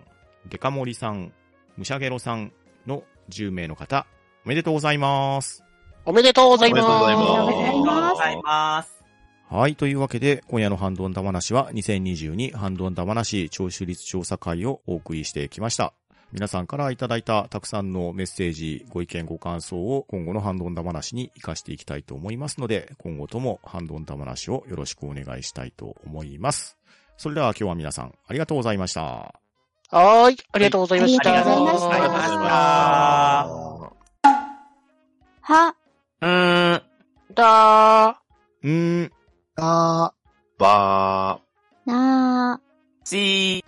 C: デカモリさん、むしゃげろさんの10名の方、おめでとうございます。
E: おめでとうございます。
F: おめでとうございます
B: おめでとうございます
D: おめでとうございます。
C: はい。というわけで、今夜のハンドンダ話は2022ハンドンダ話聴取率調査会をお送りしてきました。皆さんからいただいたたくさんのメッセージ、ご意見、ご感想を今後のハンドンダ話に活かしていきたいと思いますので、今後ともハンドンダ話をよろしくお願いしたいと思います。それでは今日は皆さんありがとうございました。
E: はーい。ありがとうございまし
B: ありがとうございました
D: ありがとうございました。
B: は、
D: うーん。
E: だー。
C: うーん。
A: あー
F: ばー。
B: なー。
D: チー。